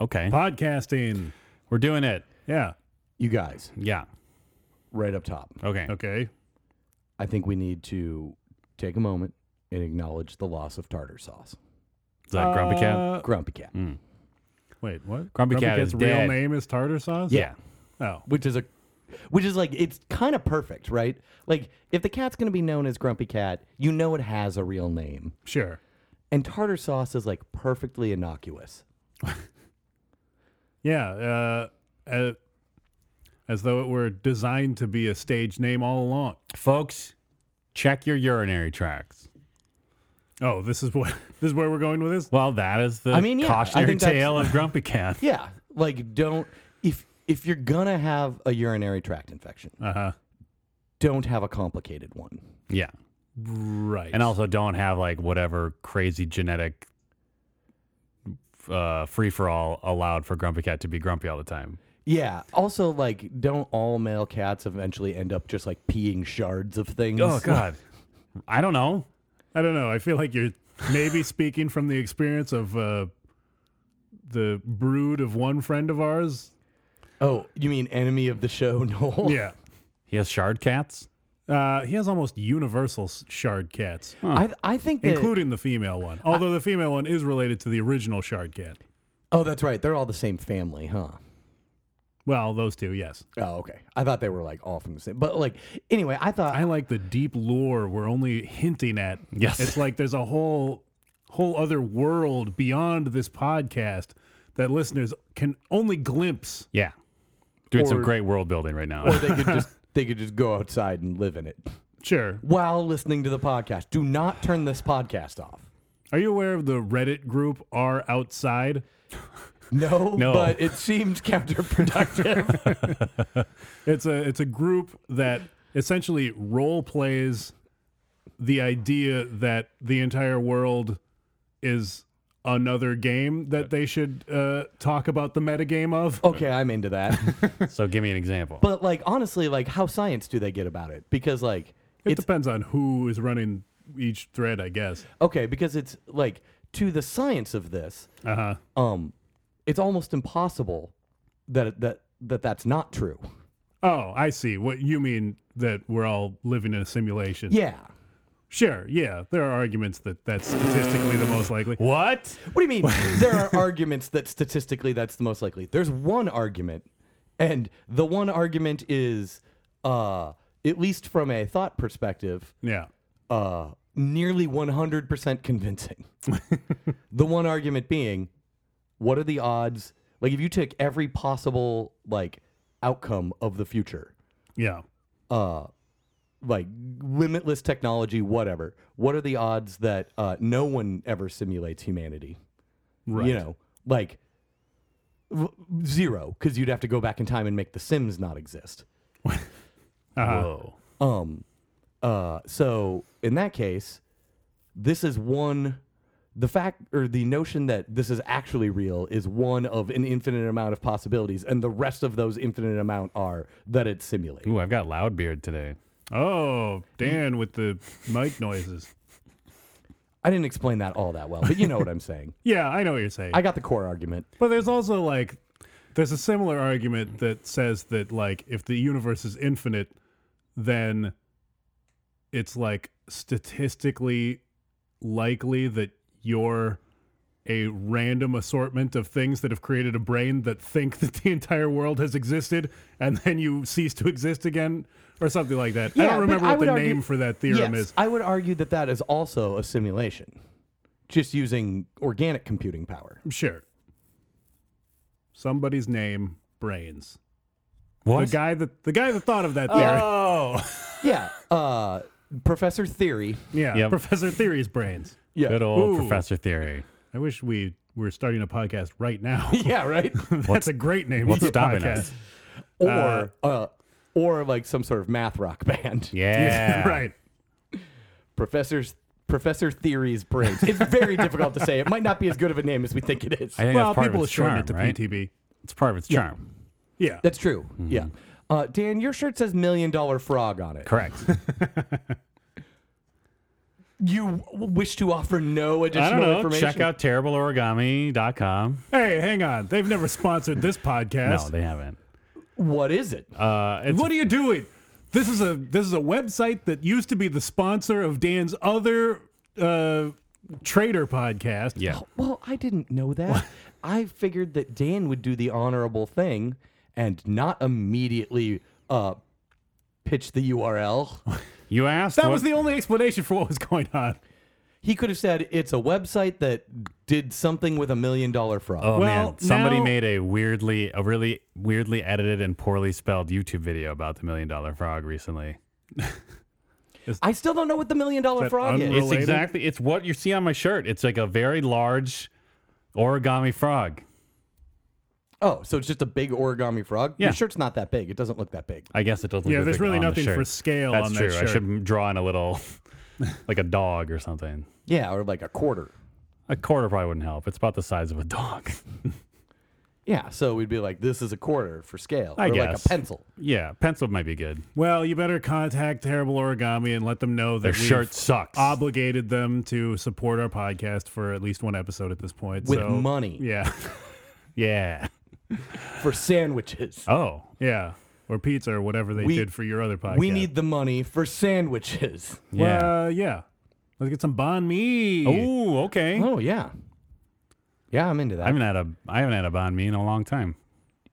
Okay. Podcasting. We're doing it. Yeah. You guys, Yeah. right up top, Okay. Okay. I think we need to take a moment and acknowledge the loss of tartar sauce. Is that Grumpy Cat? Uh, Grumpy Cat, Wait, what? Grumpy Cat Cat's is real dead. name is tartar sauce? Yeah. Oh. which is a which is like it's kind of perfect, right? Like if the cat's going to be known as Grumpy Cat, you know it has a real name. Sure. And tartar sauce is like perfectly innocuous. Yeah. Uh, uh, as though it were designed to be a stage name all along. Folks, check your urinary tracts. Oh, this is what this is where we're going with this. Well, that is the I mean, yeah, I cautionary think that's- tale of Grumpy Cat. Yeah, like don't if if you're going to have a urinary tract infection, Uh huh. don't have a complicated one. yeah. Right. And also don't have like whatever crazy genetic uh, free for all allowed for Grumpy Cat to be grumpy all the time. Yeah. Also, like, don't all male cats eventually end up just like peeing shards of things? Oh, God. I don't know. I don't know. I feel like you're maybe speaking from the experience of uh, the brood of one friend of ours. Oh, you mean enemy of the show, Noel? Yeah. He has shard cats. Uh, he has almost universal s- shard cats, I I think that. including the female one. Although the female one is related to the original shard cat. oh, that's right. They're all the same family, huh? Well, those two, yes. Oh, okay. I thought they were like all from the same. But like, anyway, I thought I like the deep lore we're only hinting at. Yes. It's like there's a whole whole other world beyond this podcast that listeners can only glimpse. Yeah. Doing some Or- great world building right now. or they could just they could just go outside and live in it Sure. while listening to the podcast. Do not turn this podcast off. Are you aware of the Reddit group R outside? No, No. but it seems counterproductive. It's a it's a group that essentially role plays the idea that the entire world is another game that they should uh, talk about the metagame of. okay, I'm into that. so give me an example. But like honestly, like how science do they get about it? Because like It it's depends on who is running each thread, I guess. okay because it's like to the science of this, Uh huh. um, it's almost impossible that that that that's not true. Oh, I see. What you mean that we're all living in a simulation? Yeah. Sure. Yeah. There are arguments that that's statistically the most likely. what? What do you mean? there are arguments that statistically that's the most likely. There's one argument, and the one argument is, uh, at least from a thought perspective, Yeah. uh, nearly 100% convincing. the one argument being, what are the odds? Like, if you took every possible like outcome of the future, Yeah. uh, like limitless technology, whatever, what are the odds that uh, no one ever simulates humanity? Right. You know, like v- zero, because you'd have to go back in time and make the Sims not exist. Whoa. Um, uh, so in that case, this is one. The fact or the notion that this is actually real is one of an infinite amount of possibilities, and the rest of those infinite amount are that it's simulated. Ooh, I've got loud beard today. Oh, Dan with the mic noises. I didn't explain that all that well, but you know what I'm saying. Yeah, I know what you're saying. I got the core argument. but there's also like there's a similar argument that says that like if the universe is infinite, then it's like statistically likely that you're a random assortment of things that have created a brain that think that the entire world has existed and then you cease to exist again or something like that. I Yeah, don't but remember I what would the argue- name for that theorem Yes, is. I would argue that that is also a simulation, just using organic computing power. Sure. Somebody's name, brains. What? The guy that the guy that thought of that theory. Oh. Yeah, uh, Professor Theory. yeah, Yep. Professor Theory's brains. Yeah. Good old Ooh. Professor Theory. I wish we were starting a podcast right now. Yeah, right. That's a great name. what's for a stopping podcast. us? or uh, or like some sort of math rock band. Yeah. right. Professors Professor Theory's brains. It's very difficult to say. It might not be as good of a name as we think it is. I think Well, that's part people of its shorten charm, it to right? PTB. It's part of its charm. Yeah. That's true. Mm-hmm. Yeah. Uh, Dan, your shirt says million dollar frog on it. Correct. you wish to offer no I additional don't know. information. Check out terribleorigami.com. Hey, hang on. They've never sponsored this No, podcast. they haven't. what is it? Uh, it's what are you doing? This is a this is a website that used to be the sponsor of Dan's other uh, trader podcast. yeah. well, I didn't know that. I figured that Dan would do the honorable thing and not immediately uh, pitch the URL. You asked. That what- was the only explanation for what was going on. he could have said it's a website that did something with a million dollar fraud. Oh Well, man, somebody now- made a weirdly, a really weirdly edited and poorly spelled YouTube video about the million dollar frog recently. I still don't know what the million dollar That fraud is. It's unrelated- exactly, it's what you see on my shirt. It's like a very large origami frog. Oh, so it's just a big origami frog? Yeah. Your shirt's not that big. It doesn't look that big. I guess it doesn't. Yeah, look there's big really on the nothing shirt. for scale That's on that true. shirt. I should draw in a little, like a dog or something. Yeah, or like a quarter. A quarter probably wouldn't help. It's about the size of a dog. Yeah, so we'd be like, this is a quarter for scale. I or like guess. a pencil. yeah, pencil might be good. Well, you better contact Terrible Origami and let them know that Their we've shirt sucks. obligated them to support our podcast for at least one episode at this point. With so- money Yeah. yeah. for sandwiches. Oh, Yeah. Or pizza or whatever they We- did for your other podcast. we need the money for sandwiches. yeah. Well, uh, yeah. Let's get some banh mi. oh, okay. Oh, yeah. Yeah, I'm into that. I haven't had a I haven't had a banh mi in a long time.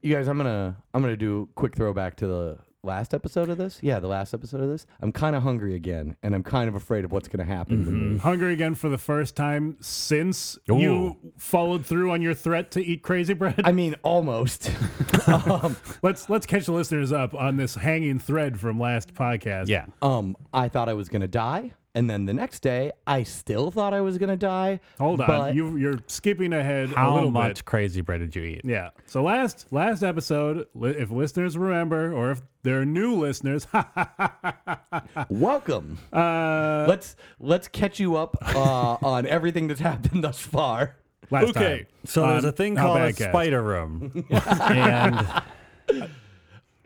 you guys, I'm gonna I'm gonna do a quick throwback to the last episode of this. Yeah, the last episode of this. I'm kind of hungry again, and I'm kind of afraid of what's gonna happen. to me. Hungry again for the first time since you followed through on your threat to eat crazy bread. I mean, almost. um, let's let's catch the listeners up on this hanging thread from last podcast. Yeah. um, I thought I was gonna die, and then the next day, I still thought I was gonna die. Hold on. but- You you're skipping ahead a How little much bit. crazy bread did you eat? Yeah. So last last episode, li- if listeners remember or if they're new listeners, Welcome. Uh, let's let's catch you up uh, on everything that's happened thus far. last Okay. time. So there's on a thing Um, How called a Bad Cast. spider room. and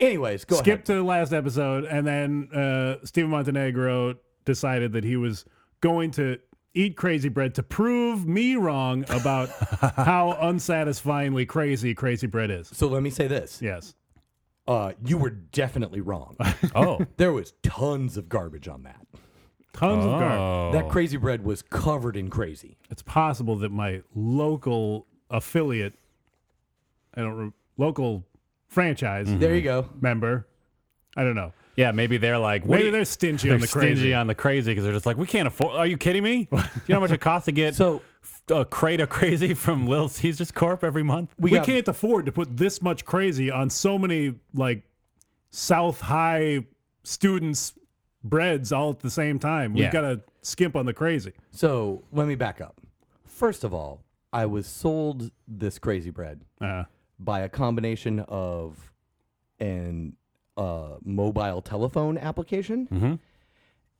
Anyways, go Skip ahead. to the last episode, and then uh, Stephen Montenegro decided that he was going to eat crazy bread to prove me wrong about how unsatisfyingly crazy crazy bread is. So let me say this: Yes. uh, you were definitely wrong. oh, there was tons of garbage on that. Tons Oh. of garlic. That crazy bread was covered in crazy. It's possible that my local affiliate, I don't re- local franchise There you Mm-hmm. go. member, I don't know. yeah, maybe they're like Maybe wait, they're stingy on the stingy crazy. on the crazy because they're just like we can't afford. Are you kidding me? Do you know how much it costs to get So- a crate of crazy from Little Caesars Corp every month? we got- can't afford to put this much crazy on so many like South High students' breads all at the same time. We've Yeah. got to skimp on the crazy. So let me back up. First of all, I was sold this crazy bread Uh-huh. Uh, by a combination of an uh, mobile telephone application Mm-hmm.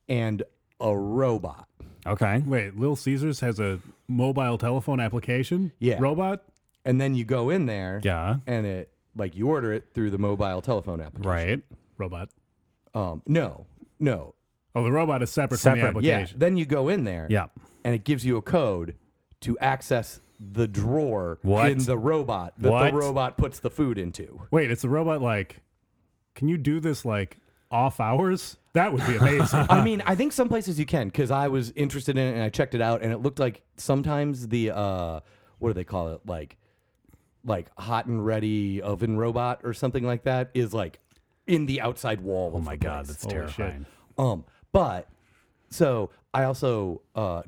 and a robot. Okay. wait, Little Caesars has a mobile telephone application. Yeah. robot. And then you go in there, Yeah. and it like you order it through the mobile telephone application. Right. Robot. Um, no, no, Oh, the robot is separate, from Separate, the yeah. application. Then you go in there, Yeah. and it gives you a code to access the drawer What? in the robot that What? the robot puts the food into. Wait, it's the robot. Like, can you do this like off hours? That would be amazing. I mean, I think some places you can because I was interested in it and I checked it out, and it looked like sometimes the uh, what do they call it, like like hot and ready oven robot or something like that is like in the outside wall. Oh my God, that's Holy shit. terrifying. Um, but so I also uh,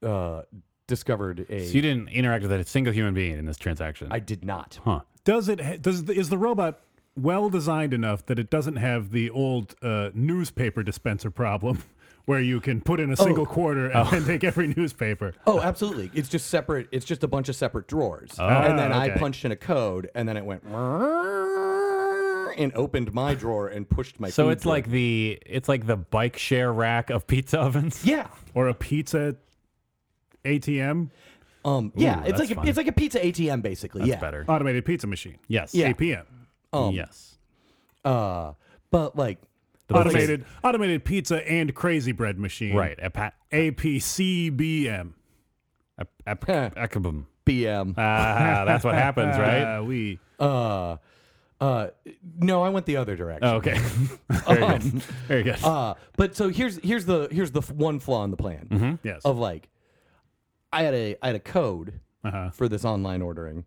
uh, discovered a. So you didn't interact with a single human being in this transaction. I did not. huh. does it ha- does the, is the robot well designed enough that it doesn't have the old uh, newspaper dispenser problem where you can put in a single Oh. quarter and then take every newspaper Oh, absolutely. It's just separate. It's just a bunch of separate drawers. Oh, and then I okay. punched in a code, and then it went and opened my drawer and pushed my. So food it's drawer. like the it's like the bike share rack of pizza ovens. yeah, or a pizza ATM um, yeah. that's it's like fun. a, it's like a pizza ATM basically. yeah, That's better. automated pizza machine Yes. Yeah. APM yes. Uh, but like The whole thing is- automated automated pizza and crazy bread machine. Um, Right. Epa- APCBM. ep- ep- uh, ecabum. BM. Ah, that's what happens, right? Ah, we. Uh, uh, no, I went the other direction. Oh, okay. Very good. Very good. Uh, but so here's here's the here's the f- one flaw in the plan Mm-hmm. Yes. Oh, of like, I had a I had a code Uh-huh. for this online ordering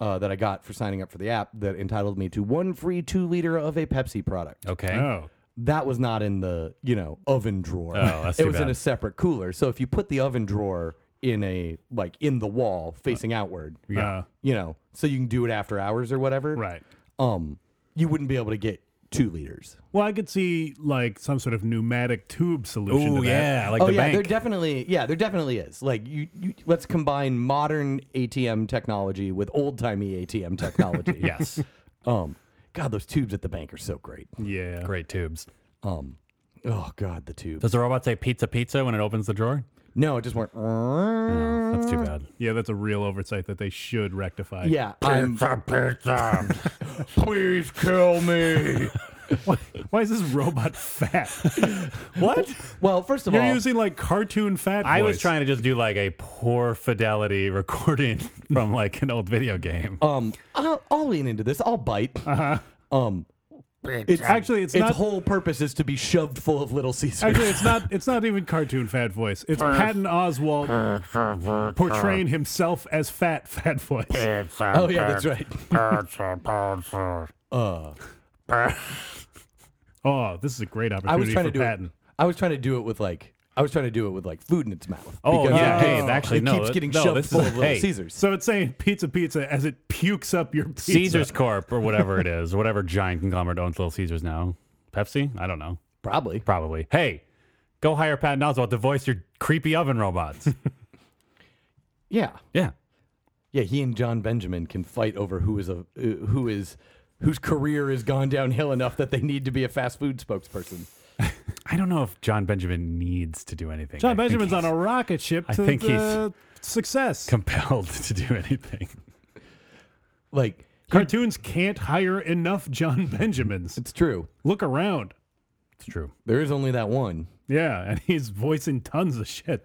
uh, that I got for signing up for the app that entitled me to one free two liter of a Pepsi product. okay. Oh. That was not in the you know oven drawer. Oh, that's it too was in bad. a separate cooler. So if you put the oven drawer in a like in the wall facing outward, Yeah. you know, so you can do it after hours or whatever. uh, right. Um, you wouldn't be able to get two liters. Well, I could see like some sort of pneumatic tube solution. Ooh, to that. yeah. Like oh the yeah, there bank. definitely yeah, there definitely is. Like you, you let's combine modern ATM technology with old timey ATM technology. yes. Um, God, those tubes at the bank are so great. Yeah. Great tubes. Um, oh God, the tube. Does the robot say pizza, pizza when it opens the drawer? No, it just went. No, that's too bad. Yeah, that's a real oversight that they should rectify. Yeah, I'm, pizza. please kill me. Why, why is this robot fat? what? well, first of You're all, using like cartoon fat. I was voice. trying to just do like a poor fidelity recording from like an old video game. Oh, um, I'll, I'll lean into this. I'll bite. Uh-huh. Um, it's Actually, it's its not- whole purpose is to be shoved full of Little Caesars. Actually, it's not. It's not even cartoon fat voice. It's Patton Oswald Oh, portraying himself as fat fat voice. oh yeah, that's right. Oh, this is a great I opportunity was trying for to do Patton. it. I was trying to do it with like. I was trying to do it with like food in its mouth. Oh, because yeah, it hey, keeps- actually, it no, keeps it- getting no, shoved this is- full of Little hey. Caesars. So it's saying pizza pizza as it pukes up your pizza. Caesars Corp or whatever it is, whatever giant conglomerate owns Little Caesars now. Pepsi? I don't know. Probably. Probably. Hey, go hire Patton Oswalt to voice your creepy oven robots. Yeah. yeah. Yeah, he and John Benjamin can fight over who is a uh, who is whose career has gone downhill enough that they need to be a fast food spokesperson. I don't know if John Benjamin needs to do anything. John Benjamin's on a rocket ship I to think he's- the success. compelled to do anything. Like Cartoons can't hire enough John Benjamins. it's true. Look around. It's true. There is only that one. Yeah, and he's voicing tons of shit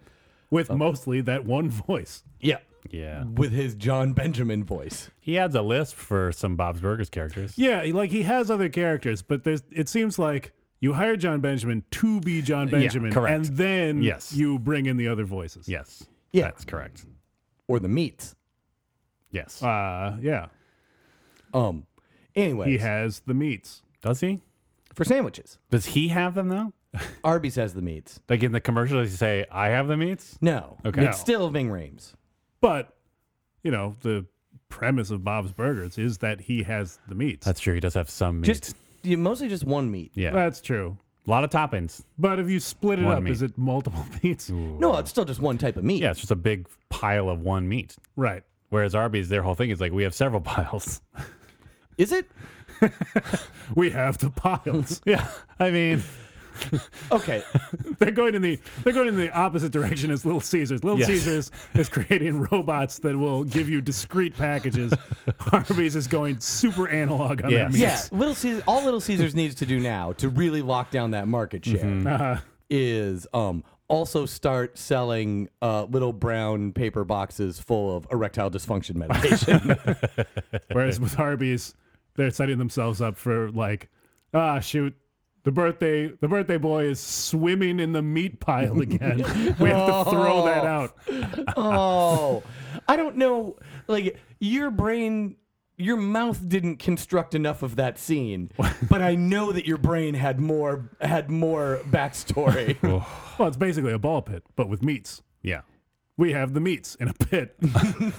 with mostly that one voice. Yeah. Yeah. With his John Benjamin voice. He adds a lisp for some Bob's Burgers characters. Yeah, like he has other characters, but there's it seems like you hire John Benjamin to be John Benjamin, correct. and then Yes. you bring in the other voices. Yes. Yeah. That's correct. Or the meats. Yes. Uh, yeah. Um anyway, He has the meats. Does he? for sandwiches. Does he have them though? Arby's has the meats. Like in the commercial, does he say, I have the meats? No. Okay. It's still Ving Rames. But, you know, the premise of Bob's Burgers is that he has the meats. That's true. He does have some meats. Just yeah, mostly just one meat. yeah. That's true. a lot of toppings. But if you split it One up, meat. is it multiple meats? No, it's still just one type of meat. Yeah. It's just a big pile of one meat. Right. Whereas Arby's, their whole thing is like, we have several piles. Is it? We have the piles. yeah. I mean, Okay. they're going in the they're going in the opposite direction as Little Caesars. Little Yes. Caesars is creating robots that will give you discrete packages. Arby's is going super analog on Yes. their Yeah, meats. Little Caesars. All Little Caesars needs to do now to really lock down that market share Mm-hmm. Uh-huh. is um, also start selling uh, little brown paper boxes full of erectile dysfunction medication. Whereas with Arby's, they're setting themselves up for like, ah, shoot. The birthday, the birthday boy is swimming in the meat pile again. We have to throw that out. oh, I don't know. Like your brain. Your mouth didn't construct enough of that scene, but I know that your brain had more had more backstory. Well, it's basically a ball pit, but with meats. yeah. We have the meats in a pit.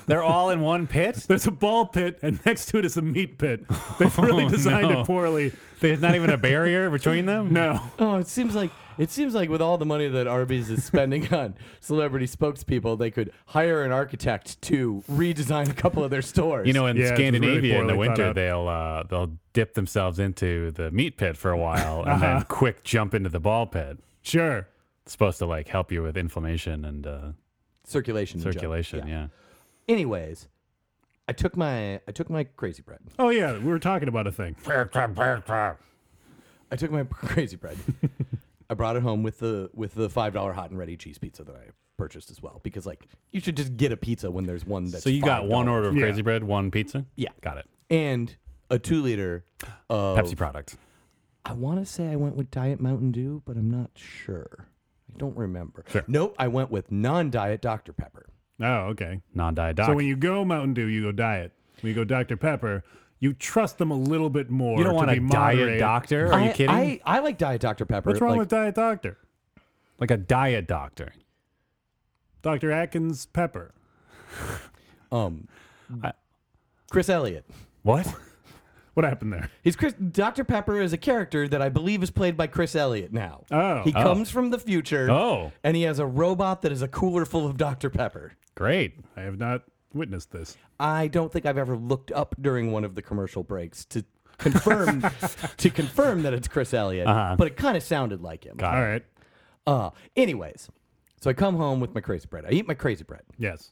They're all in one pit? There's a ball pit, and next to it is a meat pit. They've really Oh, designed no. it poorly. There's not even a barrier between them? No. Oh, it seems like it seems like with all the money that Arby's is spending on celebrity spokespeople, they could hire an architect to redesign a couple of their stores. You know, in Yeah, it's really Scandinavia in the poorly thought winter, out. they'll uh, they'll dip themselves into the meat pit for a while and then quick jump into the ball pit. Sure. It's supposed to like help you with inflammation and uh, circulation. in general. circulation. Yeah. Anyways, I took my I took my crazy bread. Oh yeah, we were talking about a thing. I took my crazy bread. I brought it home with the with the five dollar hot and ready cheese pizza that I purchased as well because like you should just get a pizza when there's one that's So you got one $5. order of Yeah. crazy bread, one pizza. Yeah. got it. and a two liter of Pepsi product. I want to say I went with Diet Mountain Dew, but I'm not sure. I don't remember. Nope, I went with non-diet Dr Pepper. Oh, okay. Non-diet doc. So when you go Mountain Dew, you go diet. When you go Dr Pepper, you trust them a little bit more. you don't want to a be diet moderated. doctor? Are I- you kidding? I, I like Diet Dr Pepper. What's wrong like, with diet doctor? like a diet doctor. Dr Atkins Pepper. um I- Chris Elliott? What? What happened there? He's Chris. Dr. Pepper is a character that I believe is played by Chris Elliott now. Oh. He Oh. comes from the future. Oh. And he has a robot that is a cooler full of Dr. Pepper. Great. I have not witnessed this. I don't think I've ever looked up during one of the commercial breaks to confirm to confirm that it's Chris Elliott, but it kind of sounded like him. Uh-huh. Got All it. right. Uh, anyways, so I come home with my crazy bread. I eat my crazy bread. Yes.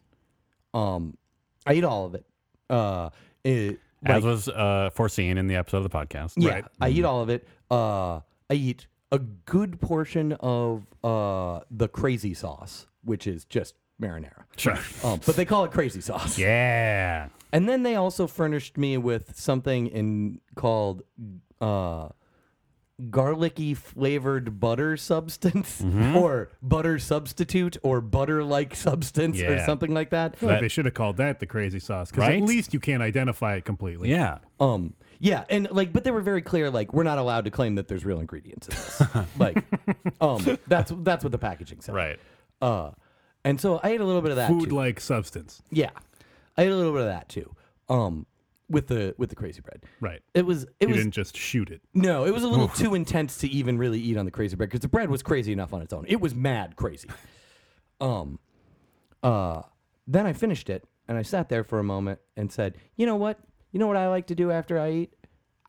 Um, I eat all of it. Uh, it As was uh, foreseen in the episode of the podcast. Yeah, I Mm-hmm. eat all of it. Uh, I eat a good portion of uh, the crazy sauce, which is just marinara. Sure. Um, but they call it crazy sauce. Yeah. And then they also furnished me with something in called uh, garlicky flavored butter substance Mm-hmm. or butter substitute or butter like substance or Yeah. something like that. Like they should have called that the crazy sauce because Right? at least you can't identify it completely. Yeah. Um, yeah, and like, but they were very clear. Like, we're not allowed to claim that there's real ingredients in this. like, um, that's that's what the packaging said. Right. Uh, and so I ate a little bit of that. Food too. like substance. Yeah, I ate a little bit of that too. Um, with the with the crazy bread. Right. It was it you was didn't just shoot it. no, it was a little too intense to even really eat on the crazy bread because the bread was crazy enough on its own. It was mad crazy. Um, uh, then I finished it and I sat there for a moment and said, "You know what? You know what I like to do after I eat?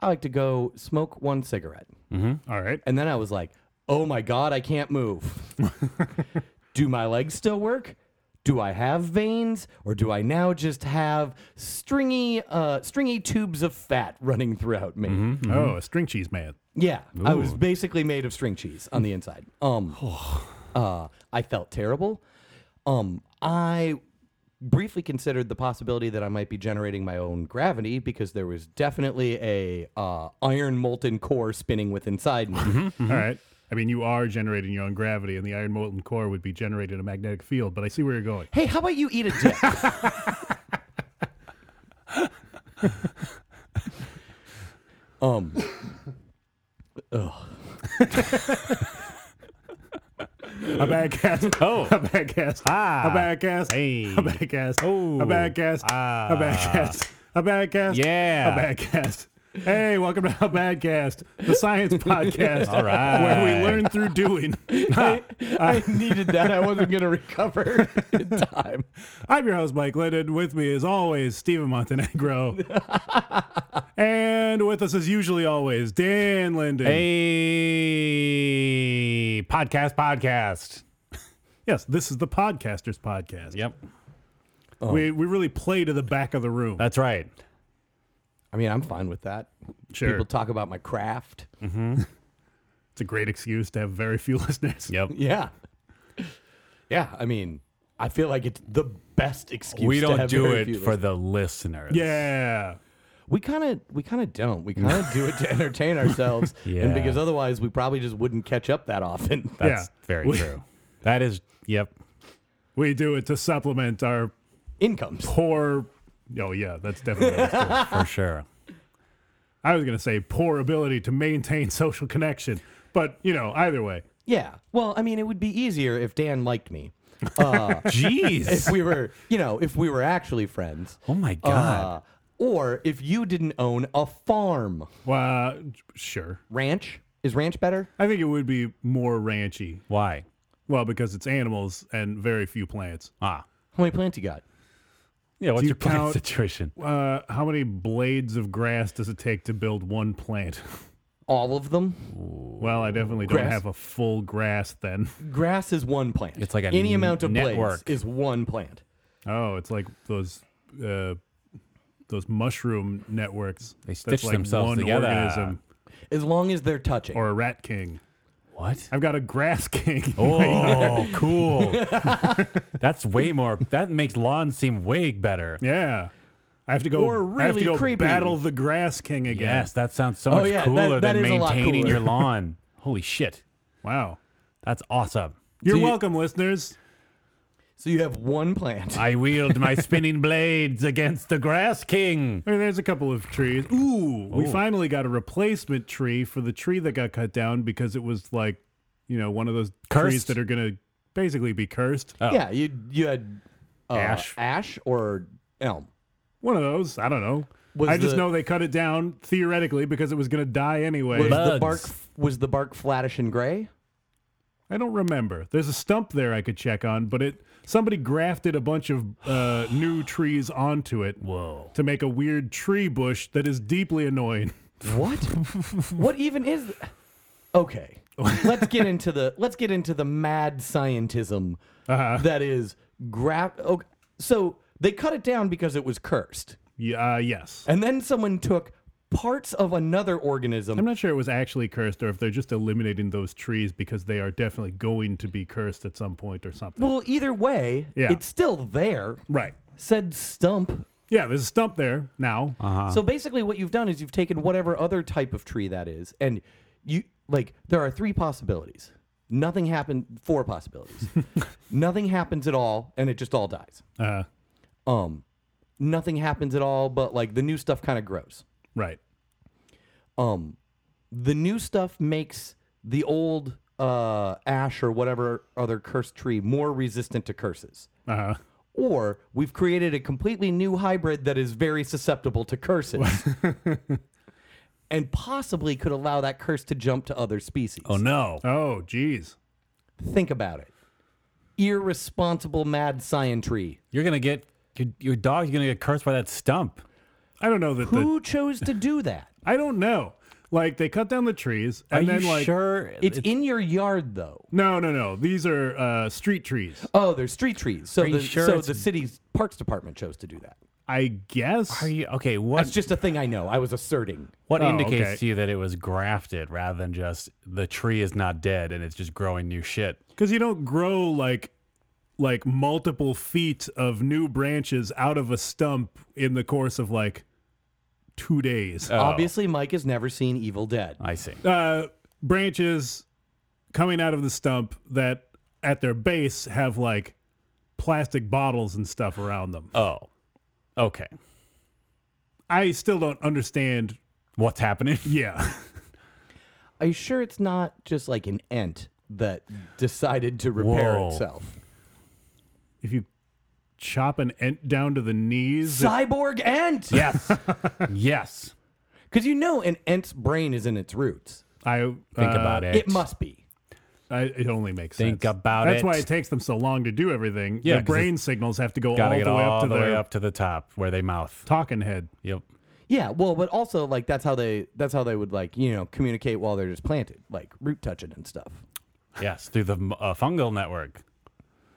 I like to go smoke one cigarette." All right. And then I was like, "Oh my god, I can't move. do my legs still work?" Do I have veins, or do I now just have stringy, uh, stringy tubes of fat running throughout me? Mm-hmm. Oh, a string cheese man. Yeah, I was basically made of string cheese on the inside. Um, uh, I felt terrible. Um, I briefly considered the possibility that I might be generating my own gravity because there was definitely a uh, iron molten core spinning with inside me. Mm-hmm. All right. I mean, you are generating your own gravity, and the iron molten core would be generating a magnetic field. But I see where you're going. Hey, how about you eat a dick? um. A bad cast. Oh. A bad cast. Ah. A bad cast. Hey. A bad cast. Oh. A bad cast. Ah. A bad cast. A bad cast. Yeah. A bad cast. Hey, welcome to A Bad Cast, the science podcast. All right. Where we learn through doing. I, I needed that. I wasn't gonna recover in time. I'm your host, Mike Linden. With me, as always, Steven Montenegro. and with us, as usually always, Dan Linden. Hey. Podcast. Podcast. Yes, this is the Podcasters Podcast. Yep. We, we really play to the back of the room. That's right. I mean, I'm fine with that. Sure. People talk about my craft. It's a great excuse to have very few listeners. Yep. Yeah. Yeah. I mean, I feel like it's the best excuse. we to don't have do very it few for listeners. the listeners. Yeah. We kind of, we kind of don't. We kind of do it to entertain ourselves, Yeah. and because otherwise we probably just wouldn't catch up that often. That's Yeah. very We- true. That is, yep. We do it to supplement our Incomes. poor. Oh, yeah, that's definitely. what it's for. Ah. For sure. I was going to say poor ability to maintain social connection. But, you know, either way. Yeah. Well, I mean, it would be easier if Dan liked me. Jeez. If we were, you know, if we were actually friends. oh my Uh, God. or if you didn't own a farm, Well, sure. ranch is ranch better? I think it would be more ranchy. Why? Well, because it's animals and very few plants. Ah. How many plants you got? Yeah. What's you your plant count- situation? Uh, how many blades of grass does it take to build one plant? All of them? well, I definitely don't Grass. have a full grass then. Grass is one plant. It's like a any amount of blades network. is one plant. Oh, it's like those uh, those mushroom networks. They That's stitch like themselves one together. Organism. as long as they're touching. or a rat king. What? I've got a grass king. Oh, cool. That's way more. That makes lawns seem way better. Yeah. I have to go. Or I have to really go creepy. battle the grass king again. Yes, that sounds so Oh, much yeah, that- cooler that than is a lot maintaining cooler. your lawn. Holy shit. Wow. That's awesome. You're you- welcome, listeners. so you have one plant. I wield my spinning blades against the grass king. I mean, there's a couple of trees. Ooh, Oh. we finally got a replacement tree for the tree that got cut down because it was like, you know, one of those trees Cursed? that are gonna basically be cursed. Yeah, you you had uh, Ash. ash or elm. One of those. I don't know. Was I just the- know they cut it down theoretically because it was gonna die anyway. Was the Bugs. bark was the bark flattish and gray? I don't remember. There's a stump there I could check on, but it somebody grafted a bunch of uh, new trees onto it Whoa. to make a weird tree bush that is deeply annoying. What? what even is? th- Okay, let's get into the let's get into the mad scientism Uh-huh. that is graph. Okay, so they cut it down because it was cursed, Yeah, uh, yes. and then someone took parts of another organism. I'm not sure it was actually cursed or if they're just eliminating those trees because they are definitely going to be cursed at some point or something. well, either way, Yeah. it's still there. right. Said stump Yeah, there's a stump there now. Uh-huh. So basically, what you've done is you've taken whatever other type of tree that is, and you like there are three possibilities. Nothing happened. Four possibilities. nothing happens at all, and it just all dies. Uh, Um, nothing happens at all, but like the new stuff kind of grows. right. Um, the new stuff makes the old uh, ash or whatever other cursed tree more resistant to curses. Uh-huh. Uh, Or we've created a completely new hybrid that is very susceptible to curses. and possibly could allow that curse to jump to other species. Oh, no. oh, geez. Think about it. Irresponsible mad scientry. You're going to get your, your dog's going to get cursed by that stump. I don't know that the. Who chose to do that? I don't know. Like, they cut down the trees and Are then, you like. sure? It's, in your yard though. No, no, no. These are uh, street trees. Oh, there's street trees. So Are you the sure so it's- the city's parks department chose to do that. I guess. Are you okay? That's What just a thing I know. I was asserting. what Oh, indicates okay. to you that it was grafted rather than just the tree is not dead and it's just growing new shit? Because you don't grow like like multiple feet of new branches out of a stump in the course of like two days. Uh, Obviously, Mike has never seen Evil Dead. Oh. I see. branches coming out of the stump that at their base have like plastic bottles and stuff around them. Oh, okay. I still don't understand. What's happening? Yeah. Are you sure it's not just like an ant that decided to repair Whoa. itself? if you chop an ent down to the knees, Cyborg ant! Yes, yes. Because you know an ant's brain is in its roots. I uh, Think about it. It must be. I, it only makes sense. Think about That's it. why it takes them so long to do everything. Yeah, Their 'cause brain signals have to go all Gotta the way get all up to the way their up to the top where they mouth. talking head. Yep. Yeah, well, but also like that's how they that's how they would like you know communicate while they're just planted, like root touching and stuff. Yes, through the uh, fungal network.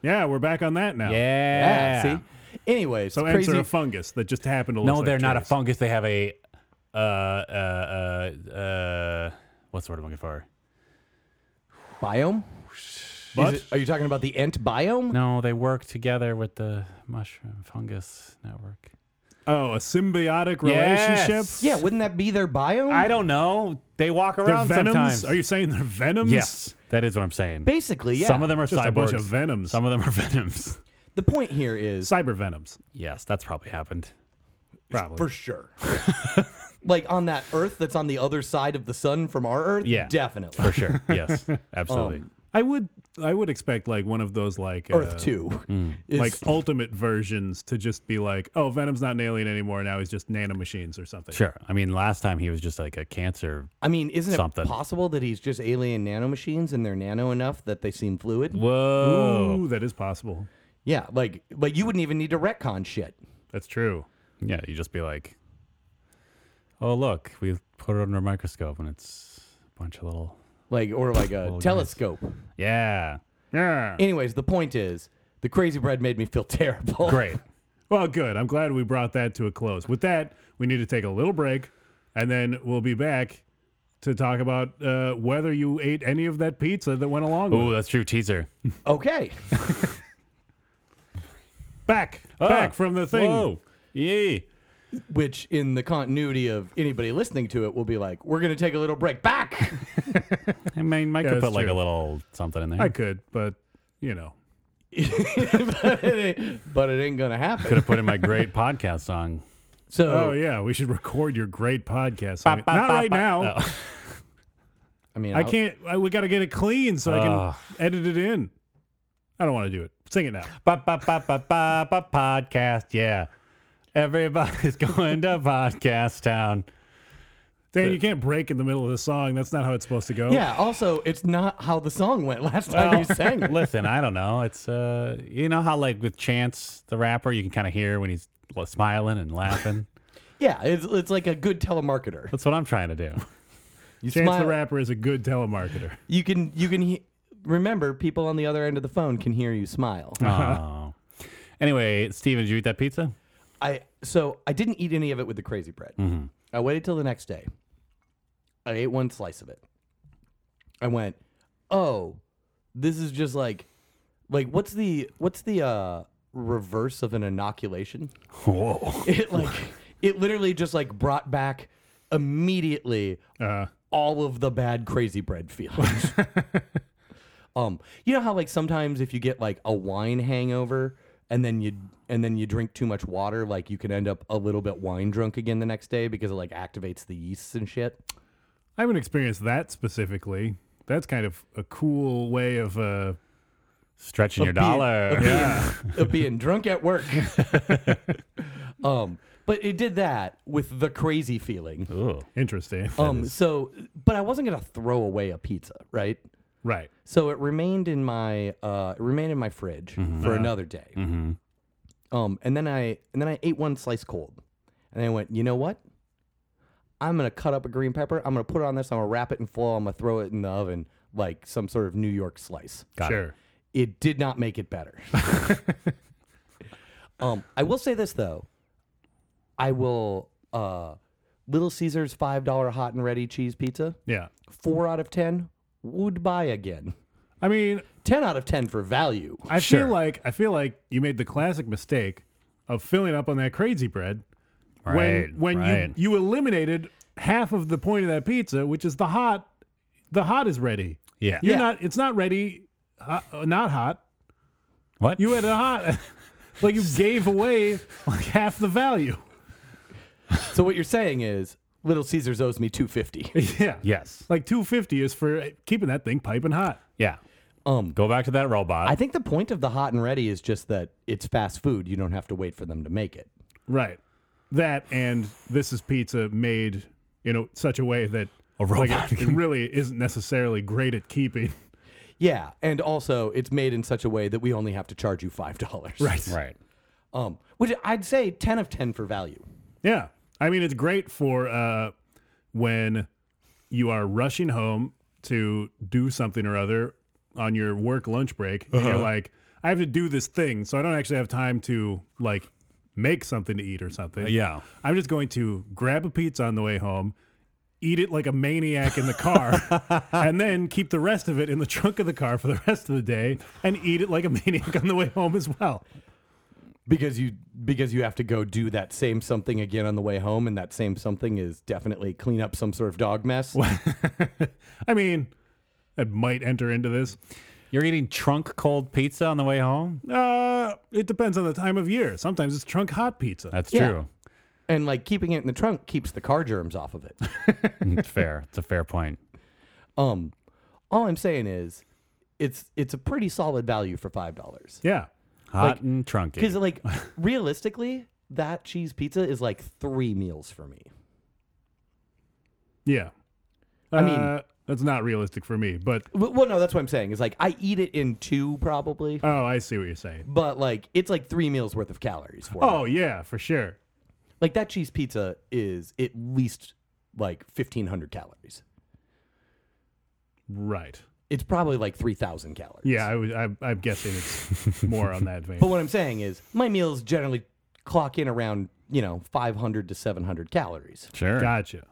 Yeah, we're back on that now. Yeah. Ah, see. Anyway, it's So ants crazy. are a fungus that just happened to. No, look like they're not a trees. fungus. They have a uh uh uh uh. What's the word I'm looking for? biome. But- Is it- are you talking about the ant biome? No, they work together with the mushroom fungus network. Oh, a symbiotic Yes. relationship. Yeah, wouldn't that be their biome? I don't know. They walk They're around venoms. sometimes. Are you saying they're venoms? Yes, that is what I'm saying. Basically, yeah. Some of them are Just cyborgs. a bunch of venoms. Some of them are venoms. The point here is Cyber venoms. yes, that's probably happened. Probably. for sure. like on that Earth that's on the other side of the sun from our Earth. Yeah. definitely. For sure. Yes, absolutely. Um, I would. I would expect like one of those like Earth uh, two. is- like ultimate versions to just be like, oh, Venom's not an alien anymore. Now he's just nanomachines or something. sure. I mean, last time he was just like a cancer. I mean, isn't something. it possible that he's just alien nanomachines and they're nano enough that they seem fluid? Whoa. Ooh, that is possible. Yeah, like, but you wouldn't even need to retcon shit. That's true. Yeah, you just be like, oh look, we put it under a microscope and it's a bunch of little. Like, or like a Well, guys. telescope. Yeah. Yeah. Anyways, the point is, the crazy bread made me feel terrible. Great. Well, good. I'm glad we brought that to a close. With that, we need to take a little break, and then we'll be back to talk about uh, whether you ate any of that pizza that went along with Oh, that's true. Teaser. Okay. it. Back, back from the thing. Whoa. Yay. Which, in the continuity of anybody listening to it, will be like, we're going to take a little break. Back. I mean, Mike Yeah, could that's put like true. a little something in there. I could, but you know, but it ain't, but it ain't going to could happen. have put in my great podcast song. So, oh yeah, we should record your great podcast. I mean, Not right now. Oh. I mean, I can't. I, we got to get it clean so I Ugh. can edit it in. I don't want to do it. Sing it now. Ba, ba, ba, ba, ba, ba, podcast. Yeah. Everybody's going to podcast town. Dan, you can't break in the middle of the song. That's not how it's supposed to go. Yeah. Also, it's not how the song went last time you sang it. Listen, I don't know. It's uh, you know how like with Chance the rapper, you can kind of hear when he's l- smiling and laughing. Yeah. It's, it's like a good telemarketer. That's what I'm trying to do. You Chance smile. the Rapper is a good telemarketer. You can, you can he- remember people on the other end of the phone can hear you smile. Oh. Anyway, Steven, did you eat that pizza? I so I didn't eat any of it with the crazy bread. Mm-hmm. I waited till the next day. I ate one slice of it. I went, "Oh, this is just like like what's the what's the uh reverse of an inoculation?" Whoa. It like it literally just like brought back immediately Uh, all of the bad crazy bread feelings. um, you know how like sometimes if you get like a wine hangover and then you and then you drink too much water, like you can end up a little bit wine drunk again the next day because it like activates the yeasts and shit. I haven't experienced that specifically. That's kind of a cool way of. Uh, Stretching your being- dollar. of being drunk at work. um, but it did that with the crazy feeling. Ooh. interesting. Um, so but I wasn't gonna throw away a pizza, right? right. So it remained in my uh, it remained in my fridge Mm-hmm. for another day. Um, and then I and then I ate one slice cold, and I went, you know what? I'm gonna cut up a green pepper. I'm gonna put it on this. I'm gonna wrap it in foil. I'm gonna throw it in the oven like some sort of New York slice. Got it. sure. It did not make it better. um, I will say this though, I will. Uh, Little Caesar's five dollar hot and ready cheese pizza, Yeah. four out of ten would buy again. I mean, 10 out of 10 for value. I Sure. feel like I feel like you made the classic mistake of filling up on that crazy bread Right, when when right. you you eliminated half of the point of that pizza, which is the hot. The hot is ready. Yeah. You're Yeah. not. It's not ready. hot- uh, not hot. What? You had a hot. like you gave away like half the value. So what you're saying is Little Caesars owes me 250. Yeah. Yes. Like two fifty is for keeping that thing piping hot. Yeah. Um Go back to that robot. I think the point of the hot and ready is just that it's fast food. You don't have to wait for them to make it. Right. That and this is pizza made in a, such a way that A like robot. it, it really isn't necessarily great at keeping. Yeah, and also it's made in such a way that we only have to charge you $5. Right. right. Um which I'd say 10 of 10 for value. Yeah. I mean, it's great for uh, when you are rushing home to do something or other on your work lunch break. And you're like, I have to do this thing, so I don't actually have time to like make something to eat or something. Yeah. I'm just going to grab a pizza on the way home, eat it like a maniac in the car, and then keep the rest of it in the trunk of the car for the rest of the day and eat it like a maniac on the way home as well. Because you because you have to go do that same something again on the way home and that same something is definitely clean up some sort of dog mess. I mean, that might enter into this. You're eating trunk cold pizza on the way home? Uh, it depends on the time of year. Sometimes it's trunk hot pizza. That's Yeah. true. And like keeping it in the trunk keeps the car germs off of it. It's fair. It's a fair point. Um, all I'm saying is, it's it's a pretty solid value for five dollars. yeah. Hot and trunky. Because like realistically, that cheese pizza is like three meals for me. Yeah. I mean- Uh, that's not realistic for me, but But, well, no, that's what I'm saying. Is like I eat it in two probably, oh, I see what you're saying. but like it's like three meals worth of calories for me. Oh, yeah, for sure. Like that cheese pizza is at least like 1,500 calories. Right. It's probably like 3,000 calories. Yeah, I was, I, I'm guessing it's more on that vein. But what I'm saying is, my meals generally clock in around you know 500 to 700 calories. sure. Gotcha.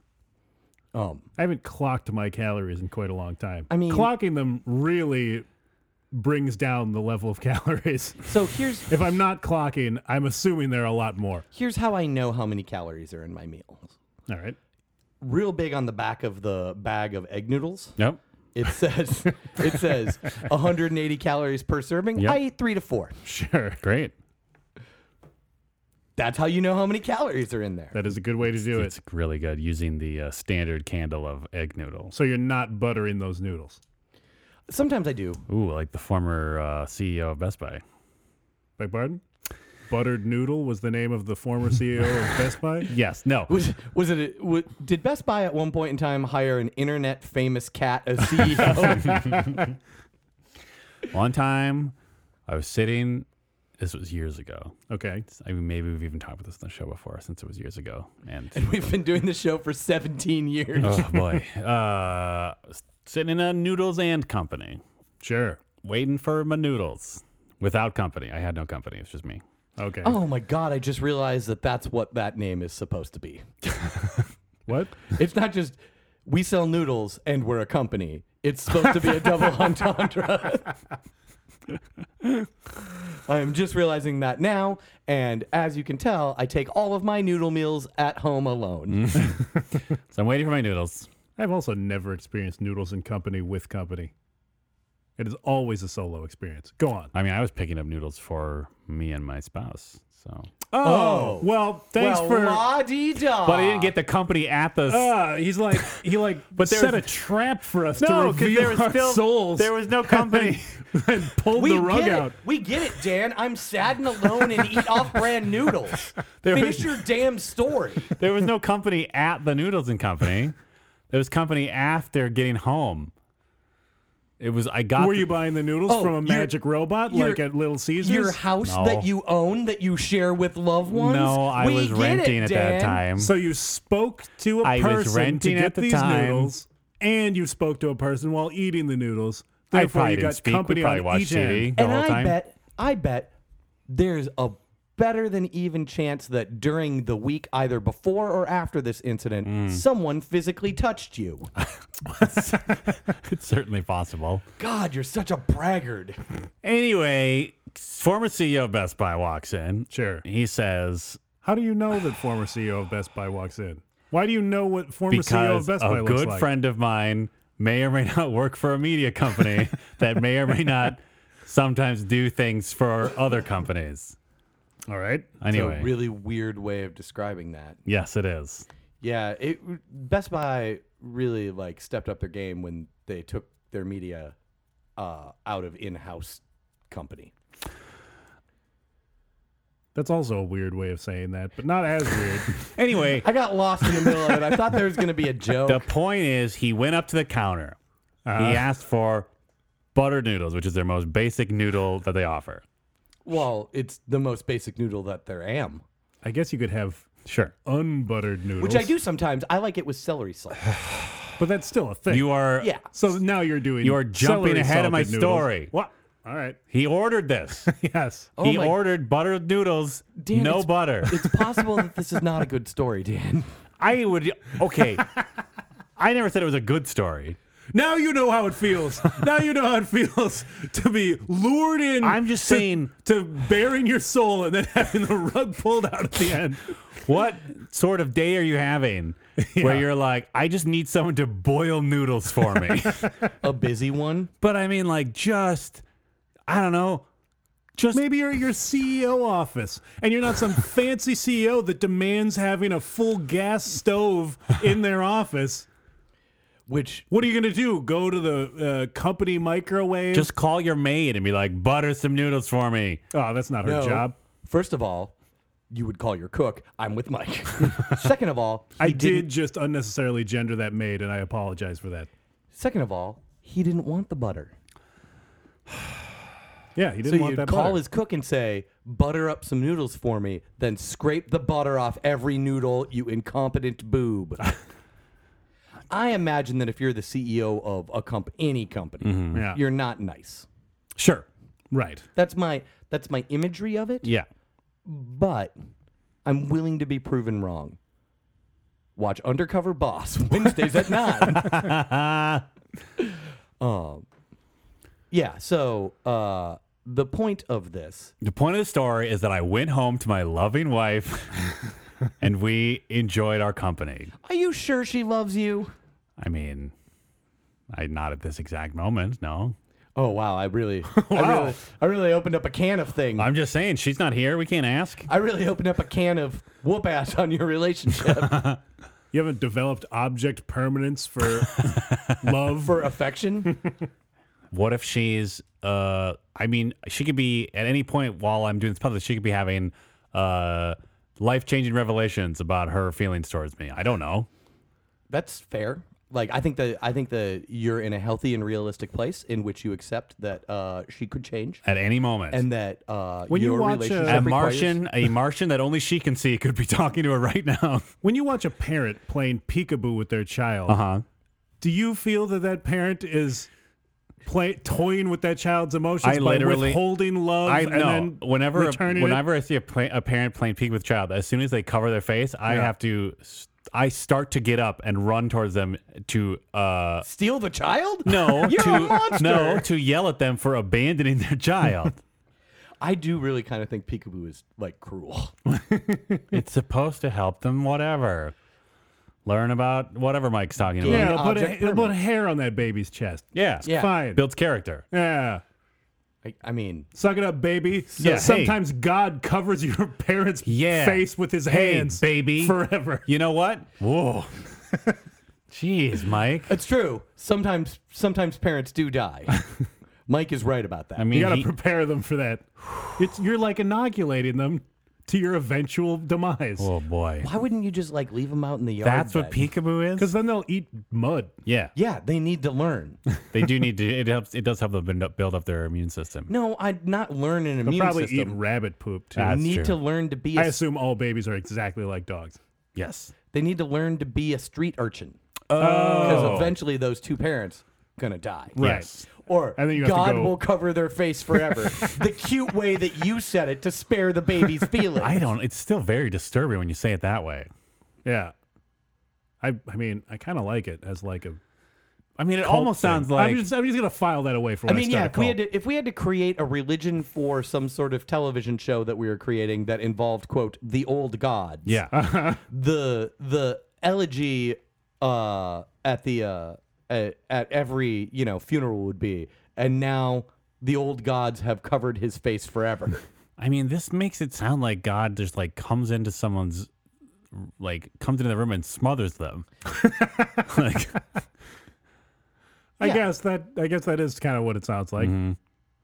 Um, I haven't clocked my calories in quite a long time. I mean- clocking them really brings down the level of calories. so here's If I'm not clocking, I'm assuming there are a lot more. here's how I know how many calories are in my meals. All right. Real big on the back of the bag of egg noodles. Yep. It says it says 180 calories per serving. Yep. I eat three to four. Sure. Great. That's how you know how many calories are in there. That is a good way to do it. It's really good using the uh, standard candle of egg noodles. So you're not buttering those noodles Sometimes I do. Ooh, like the former uh, CEO of Best Buy. beg pardon? Buttered Noodle was the name of the former CEO of Best Buy. Yes. No. Was was it? A, wa- did Best Buy at one point in time hire an internet famous cat as E CEO? One time, I was sitting. This was years ago. Okay. I mean, maybe we've even talked about this on the show before, since it was years ago. And and we've been doing the show for 17 years. oh boy, uh, sitting in a noodles and company, Sure. waiting for my noodles without company. I had no company. It's just me. Okay. Oh my god! I just realized that that's what that name is supposed to be. What? It's not just we sell noodles and we're a company. It's supposed to be a double entendre. I am just realizing that now, and as you can tell, I take all of my noodle meals at home alone. So I'm waiting for my noodles. I've also never experienced noodles in company with company. It is always a solo experience. Go on. I mean, I was picking up noodles for me and my spouse. So, Oh. well, thanks well, for. la di da. but I didn't get the company at the. Ah, he's like he like but there set was- a trap for us to no, because reveal there was our still souls. there was no company. and pulled We the rug get out. it. We get it, Dan. I'm sad and alone and eat off-brand noodles. There Finish was- your damn story. there was no company at the noodles and company. There was company after getting home. It was I got. Were the- you buying the noodles Oh, from a you're- magic robot you're- like at Little Caesars? Your house No. that you own that you share with loved ones. No, I we was get renting it, at Dan. that time. so you spoke to a I was person renting to get at the these time. noodles, and you spoke to a person while eating the noodles. Therefore, probably you didn't got speak. We company probably on watched each TV. end. the and whole I time? bet, I bet there's a better than even chance that during the week, either before or after this incident, Hmm. someone physically touched you. it's certainly possible. God, you're such a braggart. Anyway, former CEO of Best Buy walks in. Sure. He says How do you know that former CEO of Best Buy walks in? Why do you know what former CEO of because Best Buy a looks good like? friend of mine may or may not work for a media company that may or may not sometimes do things for other companies. All right. Anyway, It's a really weird way of describing that. yes, it is. Yeah, it Best Buy really like stepped up their game when they took their media uh, out of in-house company. That's also a weird way of saying that, but not as weird. Anyway, I got lost in the middle of it. I thought there was going to be a joke. the point is, he went up to the counter. Uh-huh. He asked for butter noodles, which is their most basic noodle that they offer. well, it's the most basic noodle that there am, I guess you could have Sure. unbuttered noodles, which I do sometimes. I like it with celery salt. but that's still a thing. You are Yeah. so now you're doing. You are jumping celery ahead of my salted noodles. story. What? All right. He ordered this. Yes. Oh he my- ordered buttered noodles, Dan, no it's- butter. It's possible that this is not a good story, Dan. I would okay. I never said it was a good story. Now you know how it feels. now you know how it feels to be lured in. I'm just to- saying- to bearing your soul and then having the rug pulled out at the end. What sort of day are you having where you're like, I just need someone to boil noodles for me? A busy one. but I mean, like, just I don't know. Just Maybe you're at your CEO office and you're not some fancy CEO that demands having a full gas stove in their office. Which What are you going to do? Go to the uh, company microwave? just call your maid and be like, butter some noodles for me. oh, that's not her no. job. First of all, you would call your cook. I'm with Mike. Second of all, he I didn't did just unnecessarily gender that maid, and I apologize for that. Second of all, he didn't want the butter. Yeah, he So didn't want you'd that call butter. his cook and say, "Butter up some noodles for me," then scrape the butter off every noodle, you incompetent boob. I imagine that if you're the CEO of a comp any company, Mm-hmm. Yeah. you're not nice. Sure. right. That's my that's my imagery of it, Yeah. but I'm willing to be proven wrong. Watch Undercover Boss Wednesdays at nine. um, yeah. So uh, the point of this, The point of the story is that I went home to my loving wife and we enjoyed our company. are you sure she loves you? I mean, I not at this exact moment, no. Oh wow, I really, I really, I really opened up a can of thing. I'm just saying she's not here, we can't ask. I really opened up a can of whoop ass on your relationship You haven't developed object permanence for love. for affection. What if she's uh I mean, she could be at any point while I'm doing this public, she could be having uh life-changing revelations about her feelings towards me. I don't know. That's fair. Like I think that I think that you're in a healthy and realistic place in which you accept that uh, she could change At any moment. and that uh, When you your watch a- relationship a requires- Martian, a Martian that only she can see could be talking to her right now. When you watch a parent playing peekaboo with their child, Uh-huh. do you feel that that parent is play, toying with that child's emotions I by literally- withholding love I and know. then Whenever returning it? whenever I see a, pla a parent playing peek with child, as soon as they cover their face, I Yeah. have to. s- I start to get up and run towards them to uh steal the child? no You're to a monster. no to yell at them for abandoning their child. I do really kind of think peekaboo is like cruel. it's supposed to help them, whatever. Learn about whatever Mike's talking Yeah. about. Yeah, put, Object a, put permanence. hair on that baby's chest. Yeah, Yeah. Fine. builds character. yeah. I, I mean, Suck it up, baby. So Yeah, hey. sometimes God covers your parents' Yeah. face with his Hey, hands baby. forever. You know what? Whoa, jeez, Mike. it's true. Sometimes sometimes parents do die. Mike is right about that. I You mean, got to he- prepare them for that. It's you're like inoculating them to your eventual demise. oh boy, why wouldn't you just like leave them out in the yard? that's what then? peekaboo is. Because then they'll eat mud. Yeah, Yeah, they need to learn. they do need to. It helps. It does help them build up, build up their immune system. no, I'd not learn an They'll immune probably eat system. rabbit poop too. Ah, That's need true. to learn to be. I A, assume all babies are exactly like dogs. Yes. they need to learn to be a street urchin. Because Oh. eventually those two parents gonna die. Right. Yes. Or And then you have to God go- will cover their face forever. the cute way that you said it to spare the baby's feelings. I don't. It's still very disturbing when you say it that way. Yeah. I I mean I kind of like it as like a. I mean, it cult almost thing. sounds like. I'm just, I'm just gonna file that away for. I When I mean, yeah. start If we had to, if we had to create a religion for some sort of television show that we were creating that involved quote the old gods, yeah. the the elegy uh, at the uh, at, at every you know funeral would be, and now the old gods have covered his face forever. I mean, this makes it sound like God just like comes into someone's, like comes into the room and smothers them. like, I yeah. guess that I guess that is kind of what it sounds like.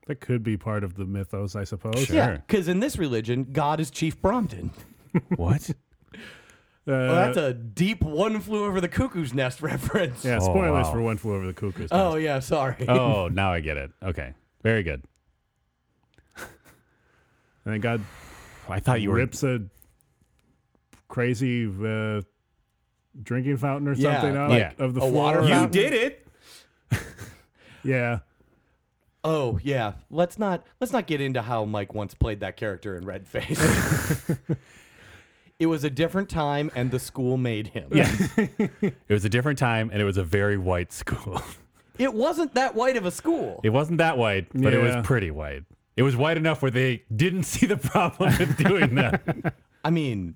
That could be part of the mythos, I suppose. Uh, Yeah, Mm-hmm. Sure. because in this religion, God is Chief Bromden. what? Uh, Well, that's a deep one flew over the cuckoo's nest reference. yeah. Oh, Spoilers wow. for One Flew Over the Cuckoo's Nest. Oh yeah, sorry. Oh, now I get it. Okay, very good. And then God I thought you were. rips a crazy uh, drinking fountain or Yeah, something out like of the a floor. water Yeah. fountain. it. Yeah. Oh yeah, let's not let's not get into how Mike once played that character in Red Face. it was a different time, and the school made him. Yeah. It was a different time, and it was a very white school. It wasn't that white of a school. It wasn't that white, but it Yeah. was pretty white. It was white enough where they didn't see the problem with doing that. I mean,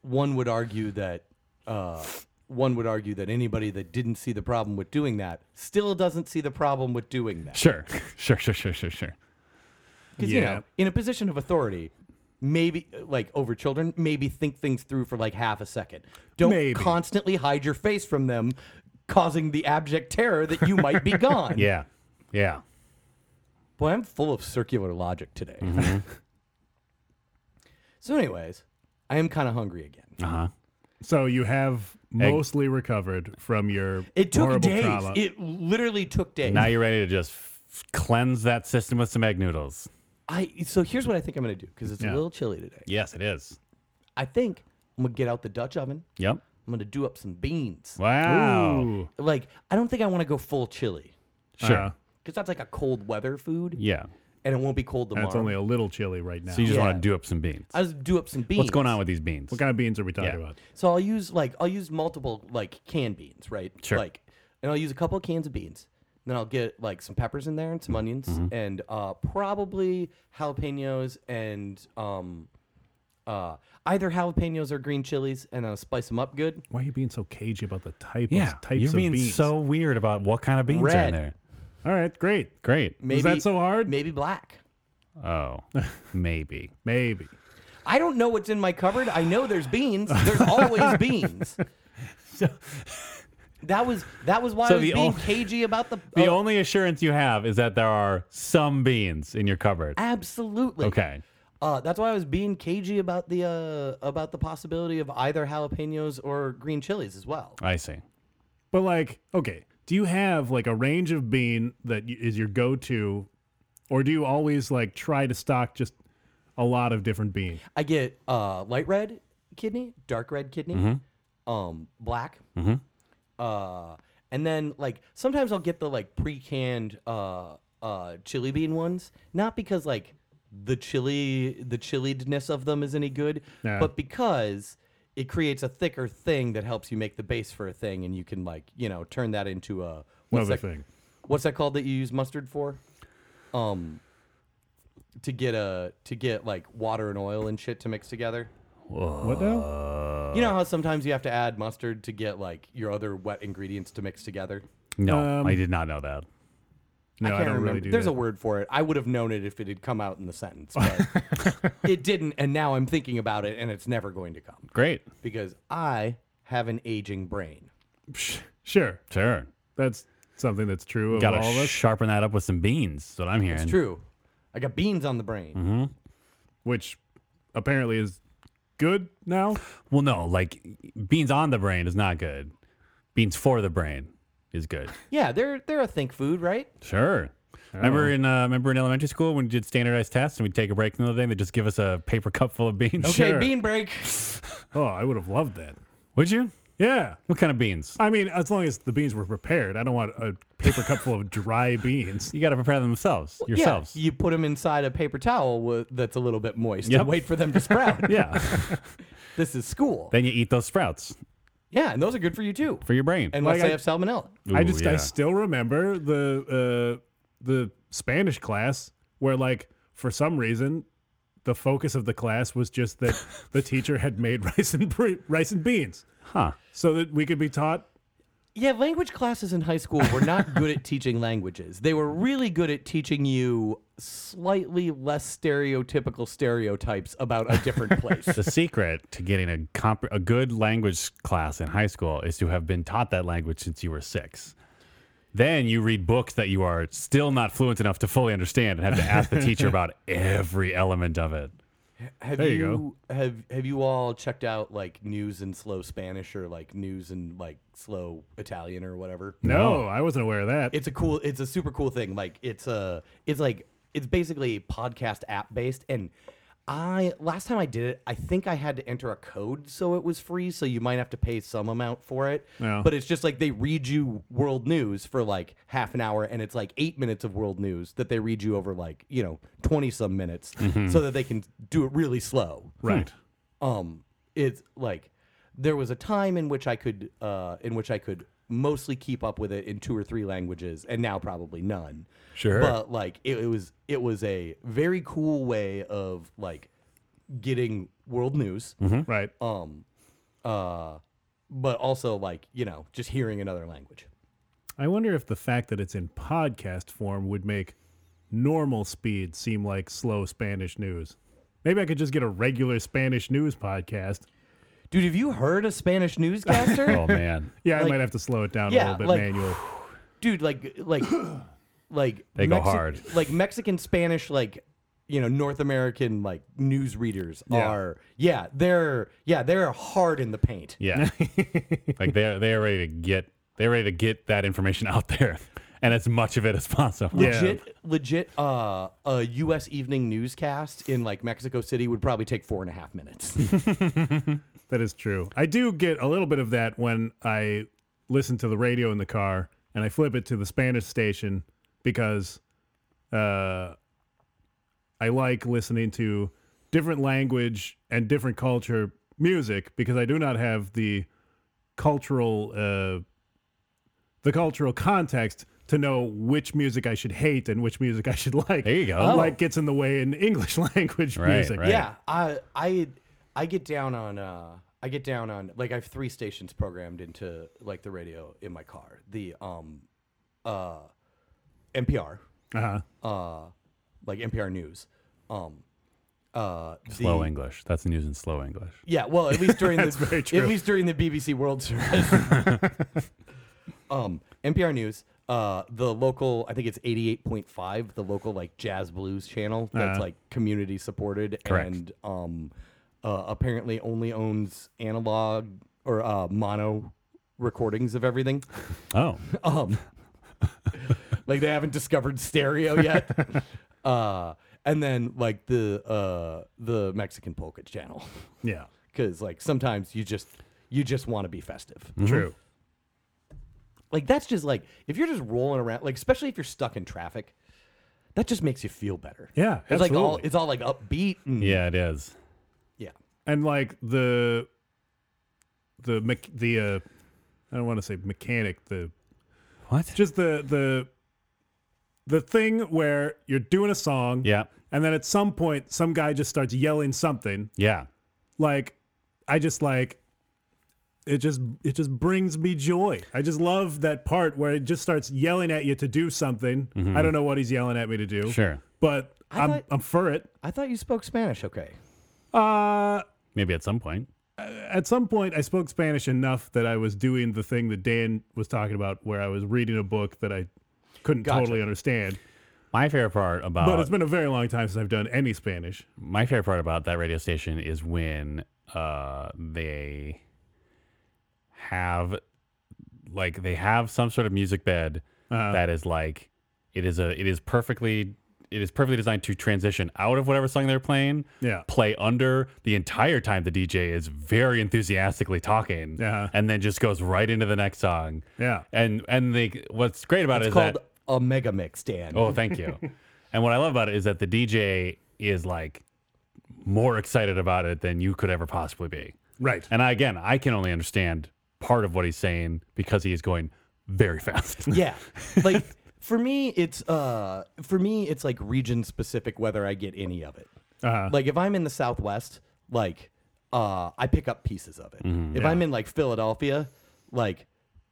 one would argue that uh, one would argue that anybody that didn't see the problem with doing that still doesn't see the problem with doing that. sure, sure, sure, sure, sure, sure. Because you Yeah. know, in a position of authority, maybe like over children, maybe think things through for like half a second. Don't Maybe. constantly hide your face from them, causing the abject terror that you might be gone. Yeah, yeah. Boy, I'm full of circular logic today. Mm-hmm. so, anyways, I am kind of hungry again. Ah, Uh huh. So you have mostly recovered from your It took horrible days. trauma. It literally took days. Now you're ready to just f- cleanse that system with some egg noodles. I so here's what I think I'm gonna do because it's Yeah. a little chilly today. Yes, it is. I think I'm gonna get out the Dutch oven. Yep. I'm gonna do up some beans. Wow. Ooh. Like I don't think I want to go full chili. Sure. Uh, because that's like a cold weather food. yeah. and it won't be cold And tomorrow. it's only a little chilly right now. So you just Yeah. want to do up some beans. I just do up some beans. What's going on with these beans? what kind of beans are we talking Yeah. about? So I'll use like I'll use multiple like canned beans, right? Sure. Like, and I'll use a couple of cans of beans. Then I'll get like some peppers in there and some onions Mm-hmm. and uh, probably jalapenos and um, uh, either jalapenos or green chilies, and I'll spice them up good. Why are you being so cagey about the type yeah, of types you're being of beans? so weird about what kind of beans are in Red. there. All right, great. Great. Maybe that so hard? Maybe black. Oh, maybe. Maybe. I don't know what's in my cupboard. I know there's beans. There's always beans. That was that was why So I was the being ol- cagey about the, The uh, Oh. only assurance you have is that there are some beans in your cupboard. absolutely Okay. Uh, that's why I was being cagey about the uh, about the possibility of either jalapenos or green chilies as well. I see. But like, okay, do you have like a range of bean that y- is your go-to, or do you always like try to stock just a lot of different bean? I get uh, light red kidney, dark red kidney, Mm-hmm. um, black, uh, and then like sometimes I'll get the like pre-canned uh, uh, chili bean ones, not because like the chili the chilliedness of them is any good, Yeah. but because it creates a thicker thing that helps you make the base for a thing, and you can like you know turn that into a Another what's that- thing. what's that called that you use mustard for? Um, to get a to get like water and oil and shit to mix together. What now? you know how sometimes you have to add mustard to get like your other wet ingredients to mix together. No, Um, I did not know that. No, I, don't really do There's that. a word for it. I would have known it if it had come out in the sentence, but it didn't. And now I'm thinking about it, and it's never going to come Great. because I have an aging brain. Psh, Sure, Sure. that's something that's true of Got all of to us. sharpen that up with some beans. That's what I'm hearing. It's true. I got beans on the brain. Mm-hmm. which apparently is good now. Well, no, like beans on the brain is not good. Beans for the brain is good. Yeah, they're they're a think food, right? Sure. Oh. Remember in uh, remember in elementary school when we did standardized tests and we'd take a break another day and they'd just give us a paper cup full of beans. Okay, Sure. bean break. Oh, I would have loved that. Would you? Yeah. What kind of beans? I mean, as long as the beans were prepared, I don't want a paper cup full of dry beans. You got to prepare them themselves yourselves. Yeah, you put them inside a paper towel with, that's a little bit moist Yep. and wait for them to sprout. Yeah. This is school. then you eat those sprouts yeah, and those are good for you too. for your brain. Unless Like they I- have salmonella. I Ooh, just yeah. I still remember the uh, the Spanish class where like for some reason the focus of the class was just that the teacher had made rice and bre- rice and beans huh. so that we could be taught. Yeah, language classes in high school were not good at teaching languages. They were really good at teaching you slightly less stereotypical stereotypes about a different place. The secret to getting a comp- a good language class in high school is to have been taught that language since you were six. Then you read books that you are still not fluent enough to fully understand and have to ask the teacher about every element of it. Have There you go. Have Have you all checked out like news in slow Spanish or like news in like slow Italian or whatever? Oh. No, Oh, I wasn't aware of that. it's a cool it's a super cool thing like it's a it's like it's basically podcast app based and i last time i did it i think i had to enter a code so it was free so you might have to pay some amount for it Yeah. but it's just like they read you world news for like half an hour and it's like eight minutes of world news that they read you over like you know 20 some minutes so that they can do it really slow Mm-hmm. right. um it's like there was a time in which i could uh in which i could mostly keep up with it in two or three languages and now probably none Sure. but like it, it was it was a very cool way of like getting world news Right. um uh but also like you know just hearing another language I wonder if the fact that it's in podcast form would make normal speed seem like slow Spanish news. Maybe I could just get a regular Spanish news podcast. dude have you heard a spanish newscaster Oh man, Yeah, I Like- might have to slow it down a Yeah, little bit like- manual. dude like like like They go hard. like mexican spanish like you know north american like news readers are yeah they're yeah they're hard in the paint yeah. like they're they're ready to get they're ready to get that information out there, and as much of it as possible. Yeah. legit legit uh a us evening newscast in like mexico city would probably take four and a half minutes That is true. I do get a little bit of that when I listen to the radio in the car and I flip it to the Spanish station because uh, I like listening to different language and different culture music because I do not have the cultural uh, the cultural context to know which music I should hate and which music I should like. There you go. Like gets in the way in English language Right, music. right. Yeah, I I I get down on uh I get down on like I have three stations programmed into like the radio in my car. The um uh NPR, Uh-huh. uh like NPR news. Um uh the- Slow English. That's the news in slow English. Yeah, well, at least during the That's very at true. least during the BBC World Service. um, NPR News, uh, the local, I think it's eighty eight point five, the local like jazz blues channel that's Uh-huh. like community supported Correct. and um, uh, apparently only owns analog or uh, mono recordings of everything. Oh, Um, like they haven't discovered stereo yet. uh, and then like the uh, the Mexican polka channel Yeah. because like sometimes you just you just want to be festive Mm-hmm. True. like that's just like if you're just rolling around like especially if you're stuck in traffic that just makes you feel better Yeah, it's like all absolutely. it's all like upbeat Hmm. and yeah, it is. yeah and like the the mech- the uh I don't want to say mechanic the What? just the the the thing where you're doing a song Yeah. and then at some point some guy just starts yelling something Yeah. like I just like it just it just brings me joy. I just love that part where it just starts yelling at you to do something. I don't know what he's yelling at me to do. Mm-hmm. Sure. But I I'm thought- I'm for it. i thought you spoke spanish okay Uh Maybe at some point. at some point I spoke Spanish enough that I was doing the thing that Dan was talking about where I was reading a book that I couldn't Gotcha. totally understand. My favorite part about But it's been a very long time since I've done any Spanish. my favorite part about that radio station is when uh, they have like they have some sort of music bed Uh-huh. that is like it is a it is perfectly it is perfectly designed to transition out of whatever song they're playing Yeah. play under the entire time the dj is very enthusiastically talking Uh-huh. and then just goes right into the next song Yeah. and and they what's great about it's it is called that a mega mix dan Oh, thank you. and what I love about it is that the DJ is like more excited about it than you could ever possibly be. Right. And I, again, I can only understand part of what he's saying because he is going very fast. yeah like for me it's uh for me it's like region specific whether i get any of it Uh-huh. like if i'm in the southwest like uh i pick up pieces of it if i'm in like philadelphia like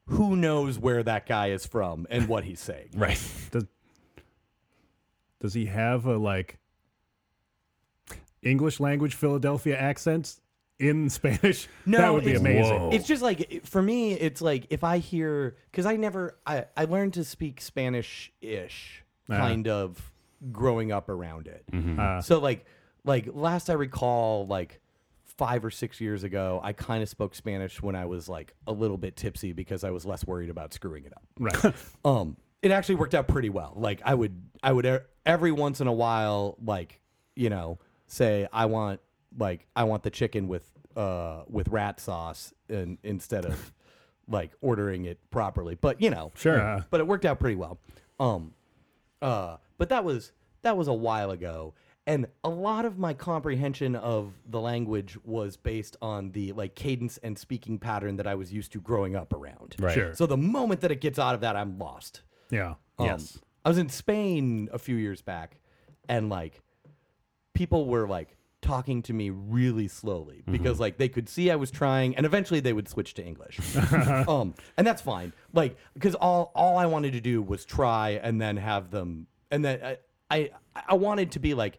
who knows where that guy is from and what he's saying right. Does Does he have a like English language Philadelphia accent in Spanish? No, that would be it's- amazing. Whoa. It's just like it- for me, it's like if I hear because I never I, I learned to speak Spanish ish kind of growing up around it. Uh. so like like last I recall like five or six years ago, I kind of spoke Spanish when I was like a little bit tipsy because I was less worried about screwing it up Right. um it actually worked out pretty well like i would i would e- every once in a while like you know say i want like i want the chicken with uh with rat sauce and instead of like ordering it properly but you know Sure. Uh, but it worked out pretty well um uh but that was that was a while ago and a lot of my comprehension of the language was based on the like cadence and speaking pattern that i was used to growing up around Right. Sure. so the moment that it gets out of that, I'm lost. yeah. Um, Yes. I was in Spain a few years back, and like people were like talking to me really slowly because like they could see I was trying, and eventually they would switch to English. um, and that's fine. Like because all all I wanted to do was try, and then have them, and then I I, I wanted to be like.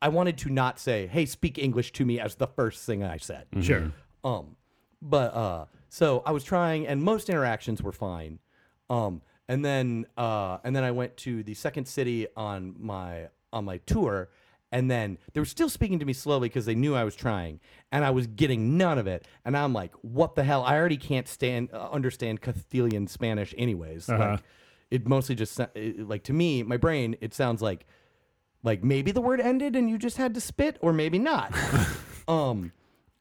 I wanted to not say, "Hey, speak English to me" as the first thing I said. Sure. Um, but uh, so I was trying, and most interactions were fine. Um, and then uh, and then I went to the second city on my on my tour, and then they were still speaking to me slowly because they knew I was trying, and I was getting none of it. And I'm like, what the hell? I already can't stand uh, understand Castilian Spanish, anyways. Like, it mostly just sa- it, like to me, my brain, it sounds like like maybe the word ended and you just had to spit or maybe not um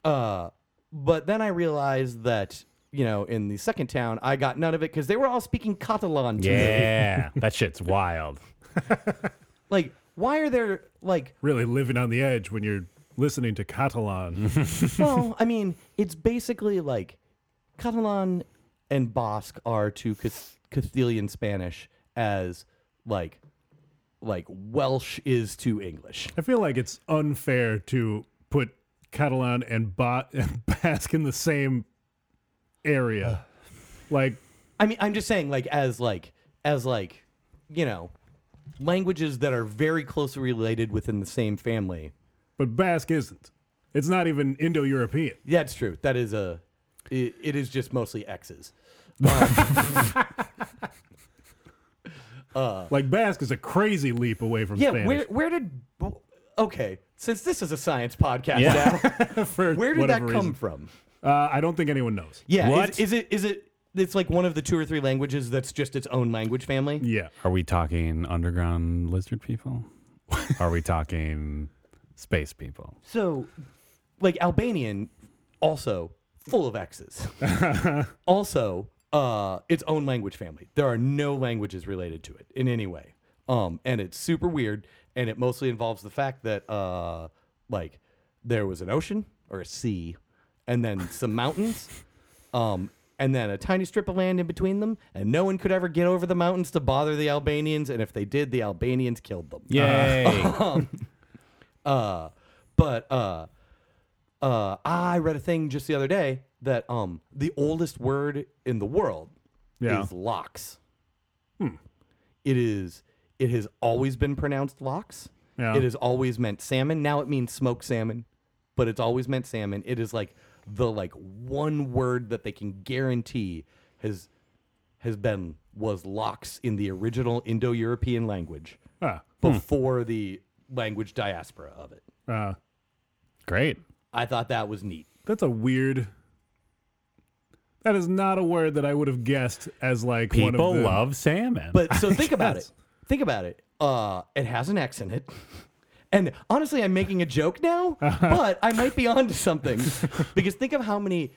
uh but then i realized that you know in the second town i got none of it because they were all speaking catalan to me Yeah. that shit's wild. like Why are there like Really living on the edge when you're listening to Catalan. well, I mean, it's basically like Catalan and Basque are to Cas- Castilian Spanish as like like Welsh is to English. I feel like it's unfair to put Catalan and, ba- and Basque in the same area. Like, I mean, I'm just saying like as like as like you know languages that are very closely related within the same family. but Basque isn't. It's not even Indo European. That's true. That is a it, it is just mostly X's. Uh, Like, Basque is a crazy leap away from Yeah, Spanish. where where did okay? Since this is a science podcast now, for where did that whatever come reason. from? Uh, I don't think anyone knows. Yeah. What? is- is it? Is it? It's like one of the two or three languages that's just its own language family. Yeah. Are we talking underground lizard people? Are we talking space people? So, like Albanian, also full of X's. also, uh, its own language family. There are no languages related to it in any way. Um, and it's super weird. And it mostly involves the fact that, uh, like, there was an ocean or a sea, and then some mountains, um, and then a tiny strip of land in between them. And no one could ever get over the mountains to bother the Albanians. And if they did, the Albanians killed them. Yay! Uh, but uh, uh, I read a thing just the other day that um, the oldest word in the world Yeah. Hmm. is locks. It is. It has always been pronounced locks. Yeah. It has always meant salmon. Now it means smoked salmon, but it's always meant salmon. It is like the like one word that they can guarantee has has been was locks in the original Indo-European language Ah, before the language diaspora of it. uh, Great. I thought that was neat. that's a weird. That is not a word that I would have guessed as like one People of the, love salmon. But so think about it. Think about it. Uh, it has an X in it. And honestly, I'm making a joke now, but I might be onto something because think of how many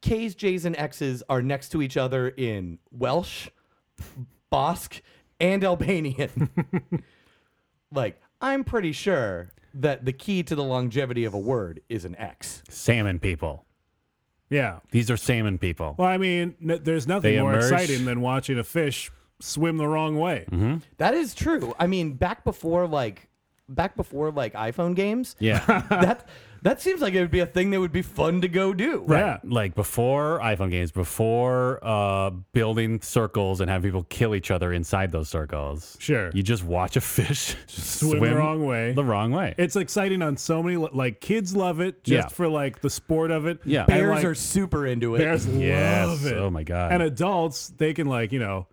K's, J's, and X's are next to each other in Welsh, Basque, and Albanian. like, I'm pretty sure that the key to the longevity of a word is an X. salmon people. Yeah. These are salmon people. Well, I mean, n- there's nothing They more immerse- exciting than watching a fish swim the wrong way. Mm-hmm. That is true. I mean, back before like back before like iPhone games, Yeah. that that seems like it would be a thing that would be fun to go do. Yeah. like before iPhone games, before uh, building circles and have people kill each other inside those circles. Sure. You just watch a fish swim, the wrong way. The wrong way. It's exciting on so many le- like kids love it just Yeah. for like the sport of it. Yeah. And, Bears like, are super into it. bears Yes. love it. Oh my God. And adults, they can like, you know,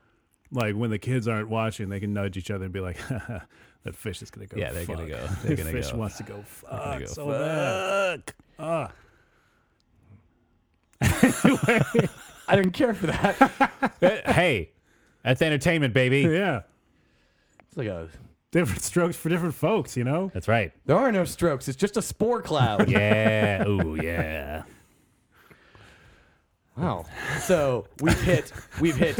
like when the kids aren't watching, they can nudge each other and be like, that fish is gonna go. Yeah, they're gonna fuck. go. They're The gonna fish go. wants to go fuck go, so bad. I didn't care for that. It's Uh, hey, that's entertainment, baby. Yeah. like a, Different strokes for different folks, you know? That's right. there are no strokes. It's just a spore cloud. Yeah. Ooh, yeah. Wow. So we've hit we've hit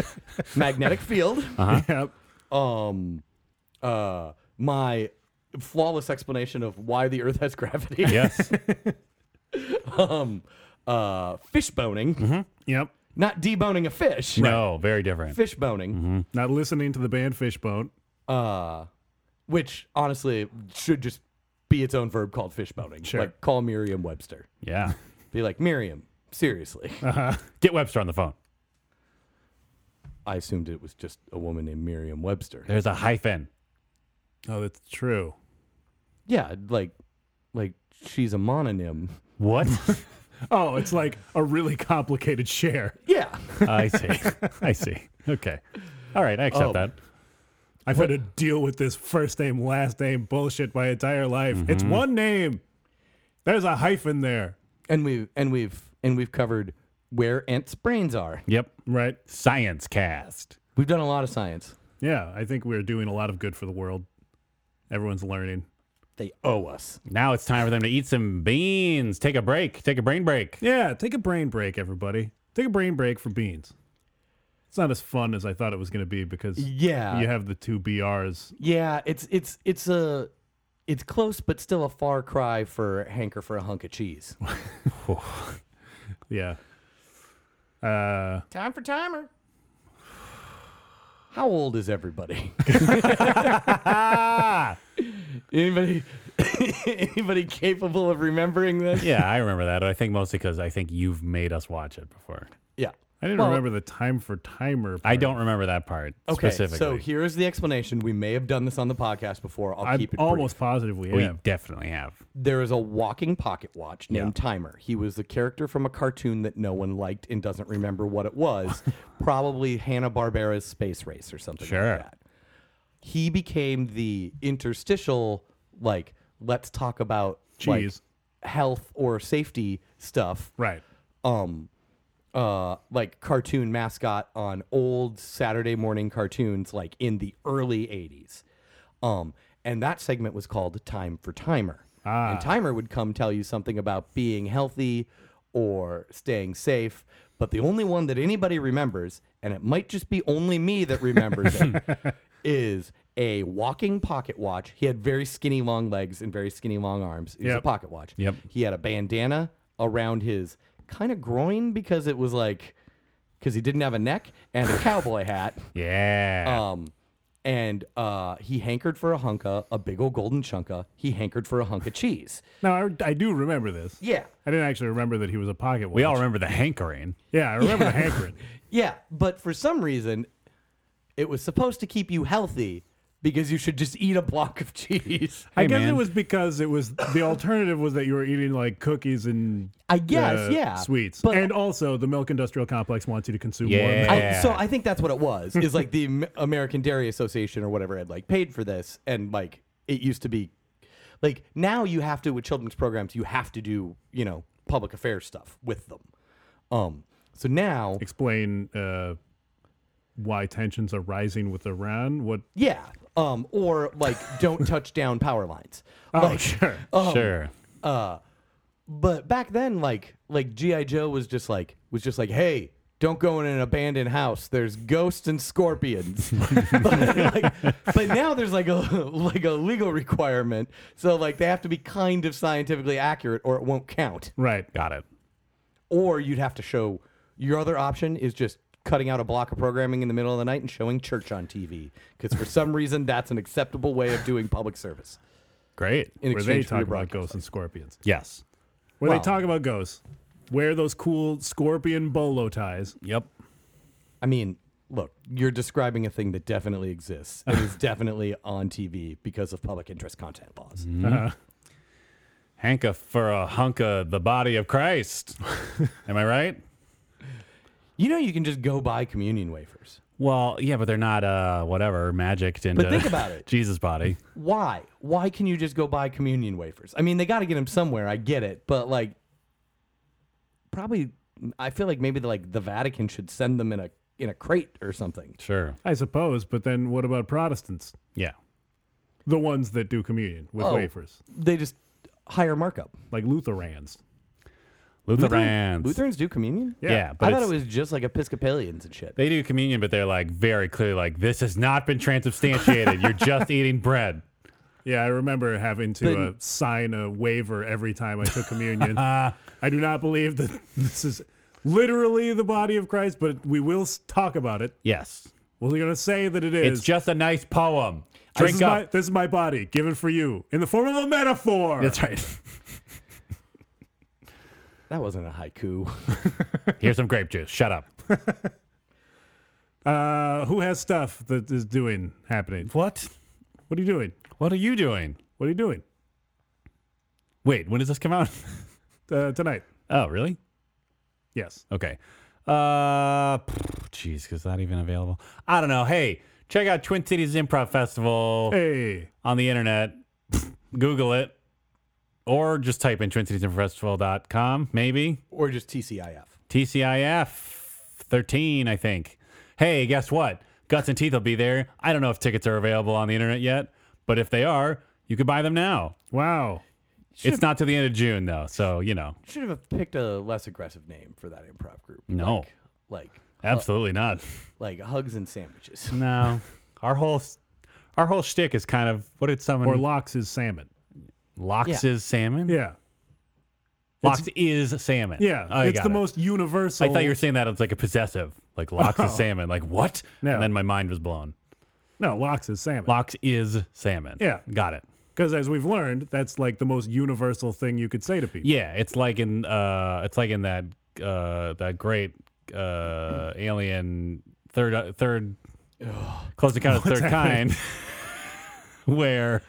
magnetic field. uh-huh. Yep. Um, uh, my flawless explanation of why the Earth has gravity. Yes. Um, uh, fish boning, Mm-hmm. Yep. not deboning a fish. No, very different. Fish Mm-hmm. boning. Not listening to the band Fishbone. uh, which honestly should just be its own verb called fishboning. Sure. Like call Miriam Webster. Yeah. Be like Miriam, seriously. Get Webster on the phone. I assumed it was just a woman named Miriam Webster. There's a hyphen. Oh, that's true. Yeah, like, like she's a mononym. What? Oh, it's like a really complicated share. Yeah. I see. I see. Okay. All right. I accept Oh. that. I've had to deal with this first name, last name bullshit my entire life. It's one name. There's a hyphen there, and we've and we've and we've covered where ants' brains are. Yep. right? Science cast. We've done a lot of science. Yeah, I think we're doing a lot of good for the world. Everyone's learning. They owe us. Now it's time for them to eat some beans. Take a break. Take a brain break. Yeah, take a brain break, everybody. Take a brain break for beans. it's not as fun as I thought it was going to be because Yeah. you have the two BRs. Yeah, it's it's it's a it's close but still a far cry for hanker for a hunk of cheese. Yeah. Uh, Time for timer. How old is everybody? anybody anybody capable of remembering this? Yeah, I remember that. I think mostly because I think you've made us watch it before. Yeah. I didn't Well- remember the time for timer. I part. don't remember that part Okay, specifically. so here is the explanation. We may have done this on the podcast before. I'll I'm keep it brief. almost positive we we have. definitely have. There is a walking pocket watch named Timer. He was the character from a cartoon that no one liked and doesn't remember what it was. Probably Hanna Barbera's Space Race or something Sure. like that. He became the interstitial, like, let's talk about like, Cheese. health or safety stuff Right. um uh like cartoon mascot on old Saturday morning cartoons like in the early 80s. Um and that segment was called Time for Timer. And Timer would come tell you something about being healthy or staying safe, but the only one that anybody remembers and it might just be only me that remembers it is a walking pocket watch. He had very skinny long legs and very skinny long arms. It was a Yep. pocket watch. Yep. He had a bandana around his kind of groin because it was like because he didn't have a neck and a cowboy hat. Yeah. Um, and uh, he hankered for a hunka, a big old golden chunka. He hankered for a hunk of cheese. Now I, I do remember this. Yeah, I didn't actually remember that he was a pocket watch. we all remember the hankering. Yeah, I remember the hankering. yeah. But for some reason, it was supposed to keep you healthy because you should just eat a block of cheese. I Hey, guess it man. was because it was the alternative was that you were eating like cookies and I uh, guess, yeah. sweets, But and also the milk industrial complex wants you to consume more. Yeah. milk. I, so I think that's what it was. Is like the Am- American Dairy Association or whatever had like paid for this, and like it used to be, like now you have to with children's programs you have to do you know public affairs stuff with them. Um. So now, Explain uh, why tensions are rising with Iran. What? yeah. Um. Or like don't touch down power lines. Uh, Like, sure. sure. but back then like like gi joe was just like was just like hey don't go in an abandoned house there's ghosts and scorpions but, like, but now there's like a like a legal requirement so like they have to be kind of scientifically accurate or it won't count Right. Got it. or you'd have to show your other option is just cutting out a block of programming in the middle of the night and showing church on tv because for some reason that's an acceptable way of doing public service Great. in Where exchange they for talk your about broadcast. ghosts and scorpions. Yes. Where Well- they talk about ghosts. Wear those cool scorpion bolo ties. Yep. I mean, look, you're describing a thing that definitely exists. It is definitely on TV because of public interest content laws. Hanka for a hunk of the body of Christ. Am I right? You know, you can just go buy communion wafers. Well, yeah, but they're not uh whatever magicked into think about it. Jesus body. Why? Why can you just go buy communion wafers? I mean, they got to get them somewhere. I get it, but like, probably, I feel like maybe the, like the Vatican should send them in a in a crate or something. Sure. I suppose, but then what about Protestants? Yeah. The ones that do communion with Oh. wafers, They just higher markup. like Lutherans. Lutherans. Lutherans do communion. Yeah, Yeah. but I thought it's- it was just like Episcopalians and shit. They do communion, but they're like very clearly like this has not been transubstantiated. You're just eating bread. Yeah, I remember having to uh, sign a waiver every time I took communion. Uh-huh. I do not believe that this is literally the body of Christ, but we will s- talk about it. Yes, We're going to say that it it's is. just a nice poem. this, Drink is up. My, this is my body given for you in the form of a metaphor. That's right. That wasn't a haiku. Here's some grape juice. Shut up. Uh, who has stuff that is doing happening? What? What are you doing? What are you doing? What are you doing Wait, when does this come out? uh, tonight? oh, really? Yes. Okay. Uh, pff, jeez, is that even available? I don't know. Hey, check out Twin Cities Improv Festival Hey, on the internet. Google it, or just type in twincitiesimprofestival.com. Maybe or just TCIF. TCIF 13, I think. Hey, guess what? Guts and Teeth will be there. I don't know if tickets are available on the internet yet, but if they are, you could buy them now. wow. It's not till the end of June though, so you know. should have picked a less aggressive name for that improv group. No. Like, like Absolutely not. like hugs and sandwiches. No, our whole s- our whole shtick is kind of what did someone Or locks is salmon. locks Yeah. is salmon. Yeah. Locks is salmon. Yeah. Oh, you it's got the it. most universal. I thought you were saying that it's like a possessive, like locks is salmon. Like what? No. And then my mind was blown. No, locks is salmon. Locks is salmon. Yeah. got it. Because as we've learned, that's like the most universal thing you could say to people. Yeah, it's like in uh, it's like in that uh, that great uh, alien third uh, third close encounter of the third happening? kind, where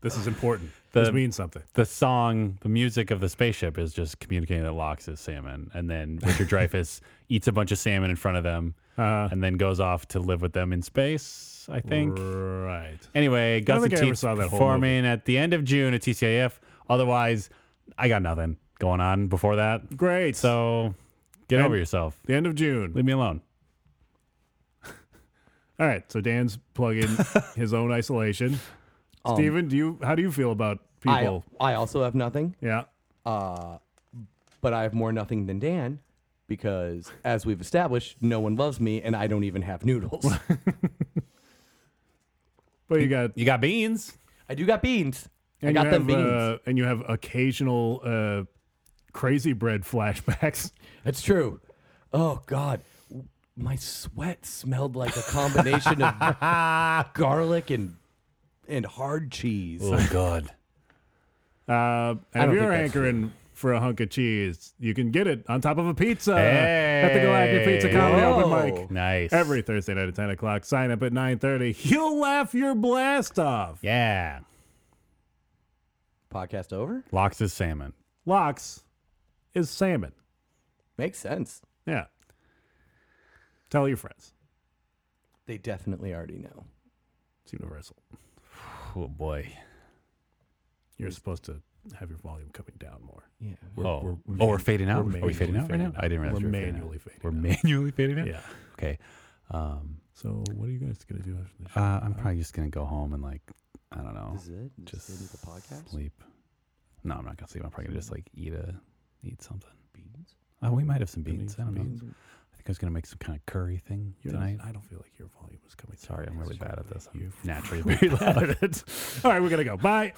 This is important. The- this means something. the song, the music of the spaceship is just communicating that Locks is salmon, and then Richard Dreyfuss eats a bunch of salmon in front of them, Uh, and then goes off to live with them in space. I think. Right. Anyway, Gus and think I ever Teats saw that whole performing at the end of June at TCIF. Otherwise, I got nothing going on before that. Great. So get And- over yourself. the end of June. Leave me alone. All right. So Dan's plugging his own isolation. Um, Steven, do you? How do you feel about I, people? I also have nothing, yeah. uh, but I have more nothing than Dan because, as we've established, no one loves me and I don't even have noodles. But you got You got beans. I do got beans. I and got you them have, beans. Uh, and you have occasional uh, crazy bread flashbacks. That's true. Oh God, W- my sweat smelled like a combination of garlic and and hard cheese. Oh God. Uh, and don't if you're think that's hankering for a hunk of cheese, you can get it on top of a pizza at the Hey. Galactic Pizza Comedy Open Whoa. Mic. Nice. every Thursday night at 10 o'clock. Sign up at 9.30. You'll laugh your blast off. Yeah. Podcast over. Locks is salmon. Locks is salmon. Makes sense. Yeah. Tell your friends. They definitely already know. It's universal. Oh boy. You're supposed to have your volume coming down more. Yeah. oh. oh, we're fading out. we're Are we fading manually out right now? fading I didn't realize We're we were fading out. manually fading We're out. manually fading out. Yeah. Okay. Um, So what are you guys going to do after the show? uh, I'm probably just gonna go home and like, I don't know, This is it. This just is the end of the podcast. sleep. No, I'm not gonna sleep. I'm probably gonna just like eat a, eat something. Beans. Oh, we might have some Gonna beans. eat I don't some know. beans? I think I was gonna make some kind of curry thing You're not- tonight. I don't feel like your volume is coming Sorry, down. I'm really It's bad at really this. I'm you. naturally very loud. All right, we're going to go. Bye.